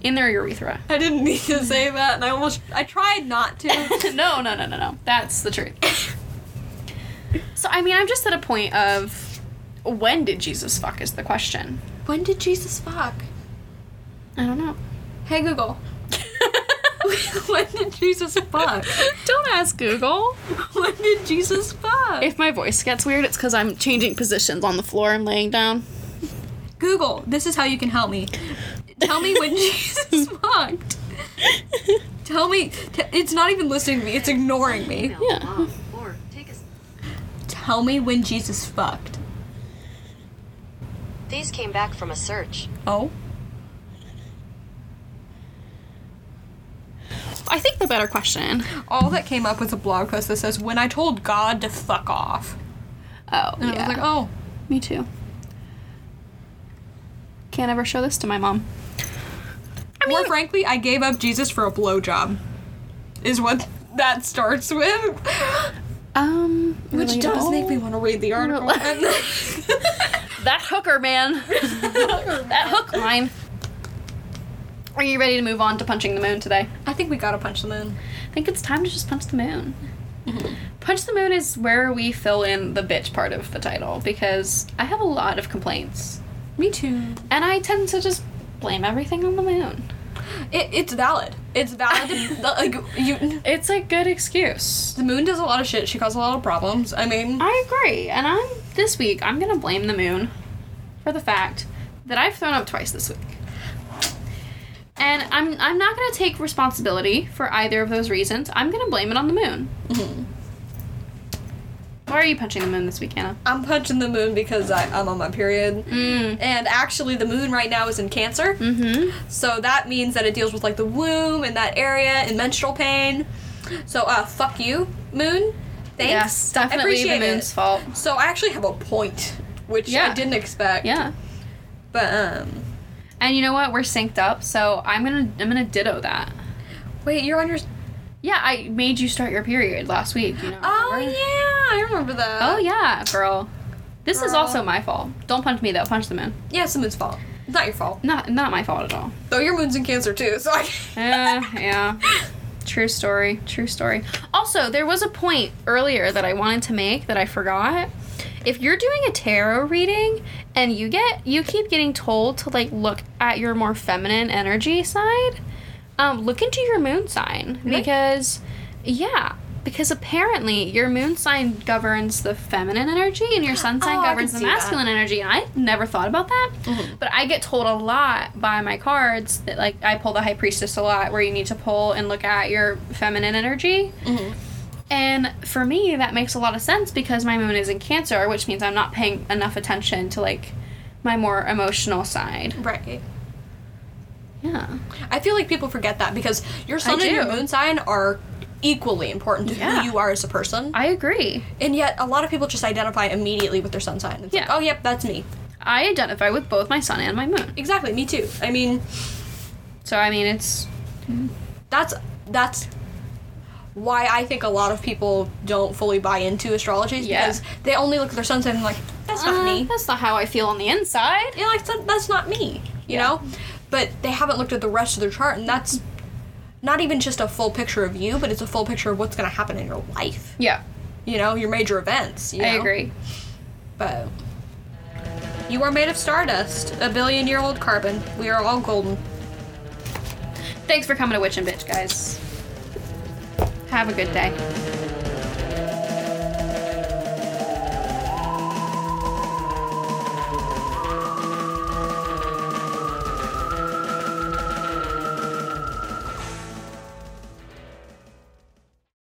Speaker 2: in their urethra.
Speaker 1: I didn't mean to say that, and I almost I tried not to.
Speaker 2: no, no, no, no, no. That's the truth. so, I mean, I'm just at a point of when did Jesus fuck is the question.
Speaker 1: when did Jesus fuck?
Speaker 2: I don't know.
Speaker 1: Hey Google, when did Jesus fuck?
Speaker 2: don't ask Google.
Speaker 1: When did Jesus fuck?
Speaker 2: If my voice gets weird, it's because I'm changing positions on the floor and laying down.
Speaker 1: Google, this is how you can help me. Tell me when Jesus fucked. Tell me. T- it's not even listening to me, it's ignoring me.
Speaker 2: yeah.
Speaker 4: Or take a. s-
Speaker 1: Tell me when Jesus fucked.
Speaker 4: These came back from a search.
Speaker 1: Oh?
Speaker 2: I think the better question.
Speaker 1: All that came up was a blog post that says, When I told God to fuck off.
Speaker 2: Oh,
Speaker 1: And I was like, Oh.
Speaker 2: Me too. Can't ever show this to my mom.
Speaker 1: More frankly, I gave up Jesus for a blowjob. Is what that starts with.
Speaker 2: Um,
Speaker 1: Which does
Speaker 2: relatable.
Speaker 1: make me want to read the article.
Speaker 2: Rel- That hooker, man. that hook line. Are you ready to move on to punching the moon today?
Speaker 1: I think we gotta punch them in.
Speaker 2: I think it's time to just punch the moon. Mm-hmm. Punch the moon is where we fill in the bitch part of the title because I have a lot of complaints.
Speaker 1: Me too.
Speaker 2: And I tend to just blame everything on the moon.
Speaker 1: It, it's valid. It's valid. to- like you,
Speaker 2: It's a good excuse.
Speaker 1: The moon does a lot of shit. She caused a lot of problems. I mean,
Speaker 2: I agree. And I'm this week I'm gonna blame the moon for the fact that I've thrown up twice this week. And I'm I'm not gonna take responsibility for either of those reasons. I'm gonna blame it on the moon.
Speaker 1: Mm-hmm.
Speaker 2: Why are you punching the moon this week, Anna?
Speaker 1: I'm punching the moon because I, I'm on my period.
Speaker 2: Mm.
Speaker 1: And actually, the moon right now is in Cancer.
Speaker 2: Mm-hmm.
Speaker 1: So that means that it deals with like the womb and that area and menstrual pain. So, uh, fuck you, moon. Thanks.
Speaker 2: Yes,
Speaker 1: I
Speaker 2: definitely the
Speaker 1: appreciate it.
Speaker 2: moon's fault.
Speaker 1: So I actually have a point, which
Speaker 2: Yeah.
Speaker 1: I didn't expect.
Speaker 2: Yeah.
Speaker 1: But um,
Speaker 2: And you know what? We're synced up, so I'm gonna I'm gonna ditto that.
Speaker 1: Wait, you're on your.
Speaker 2: Yeah, I made you start your period last week. You know.
Speaker 1: Oh
Speaker 2: remember?
Speaker 1: yeah, I remember that.
Speaker 2: Oh yeah, girl. This is
Speaker 1: Girl.
Speaker 2: also my fault. Don't punch me though. Punch the moon.
Speaker 1: yeah, it's the moon's fault. It's not your fault.
Speaker 2: Not not my fault at all.
Speaker 1: Though your moon's in Cancer too, so I.
Speaker 2: Eh, yeah. True story. True story. Also, there was a point earlier that I wanted to make that I forgot. If you're doing a tarot reading and you get you keep getting told to like look at your more feminine energy side, um, look into your moon sign
Speaker 1: Really?
Speaker 2: because yeah, because apparently your moon sign governs the feminine energy and your sun sign
Speaker 1: Oh, I can
Speaker 2: governs the
Speaker 1: see that. Mm-hmm.
Speaker 2: masculine masculine energy and i never thought about that but i get told a lot by my cards that like i pull the high priestess a lot where you need to pull and look at your feminine energy
Speaker 1: Mm-hmm.
Speaker 2: and for me that makes a lot of sense because my moon is in cancer which means i'm not paying enough attention to like my more emotional side
Speaker 1: Right.
Speaker 2: yeah
Speaker 1: I feel like people forget that because your sun
Speaker 2: I
Speaker 1: and your
Speaker 2: do.
Speaker 1: moon sign are equally important to
Speaker 2: Yeah.
Speaker 1: who you are as a person.
Speaker 2: i agree
Speaker 1: and yet, a lot of people just identify immediately with their sun sign. It's like,
Speaker 2: Yeah.
Speaker 1: oh, yep, that's me.
Speaker 2: i identify with both my sun and my moon
Speaker 1: Exactly, me too. I mean,
Speaker 2: so i mean it's
Speaker 1: that's that's why I think a lot of people don't fully buy into astrology is
Speaker 2: Yeah.
Speaker 1: because they only look at their sun sign and like, that's not
Speaker 2: uh,
Speaker 1: me.
Speaker 2: that's not how i feel on the inside
Speaker 1: you know, like "That- that's not me, you
Speaker 2: Yeah.
Speaker 1: know. But they haven't looked at the rest of their chart, and that's not even just a full picture of you, but it's a full picture of what's going to happen in your life.
Speaker 2: yeah
Speaker 1: You know, your major events. You
Speaker 2: i
Speaker 1: know?
Speaker 2: agree
Speaker 1: But you are made of stardust, a billion year old carbon. We are all golden.
Speaker 2: Thanks for coming to Witch and Bitch, guys. Have a good day.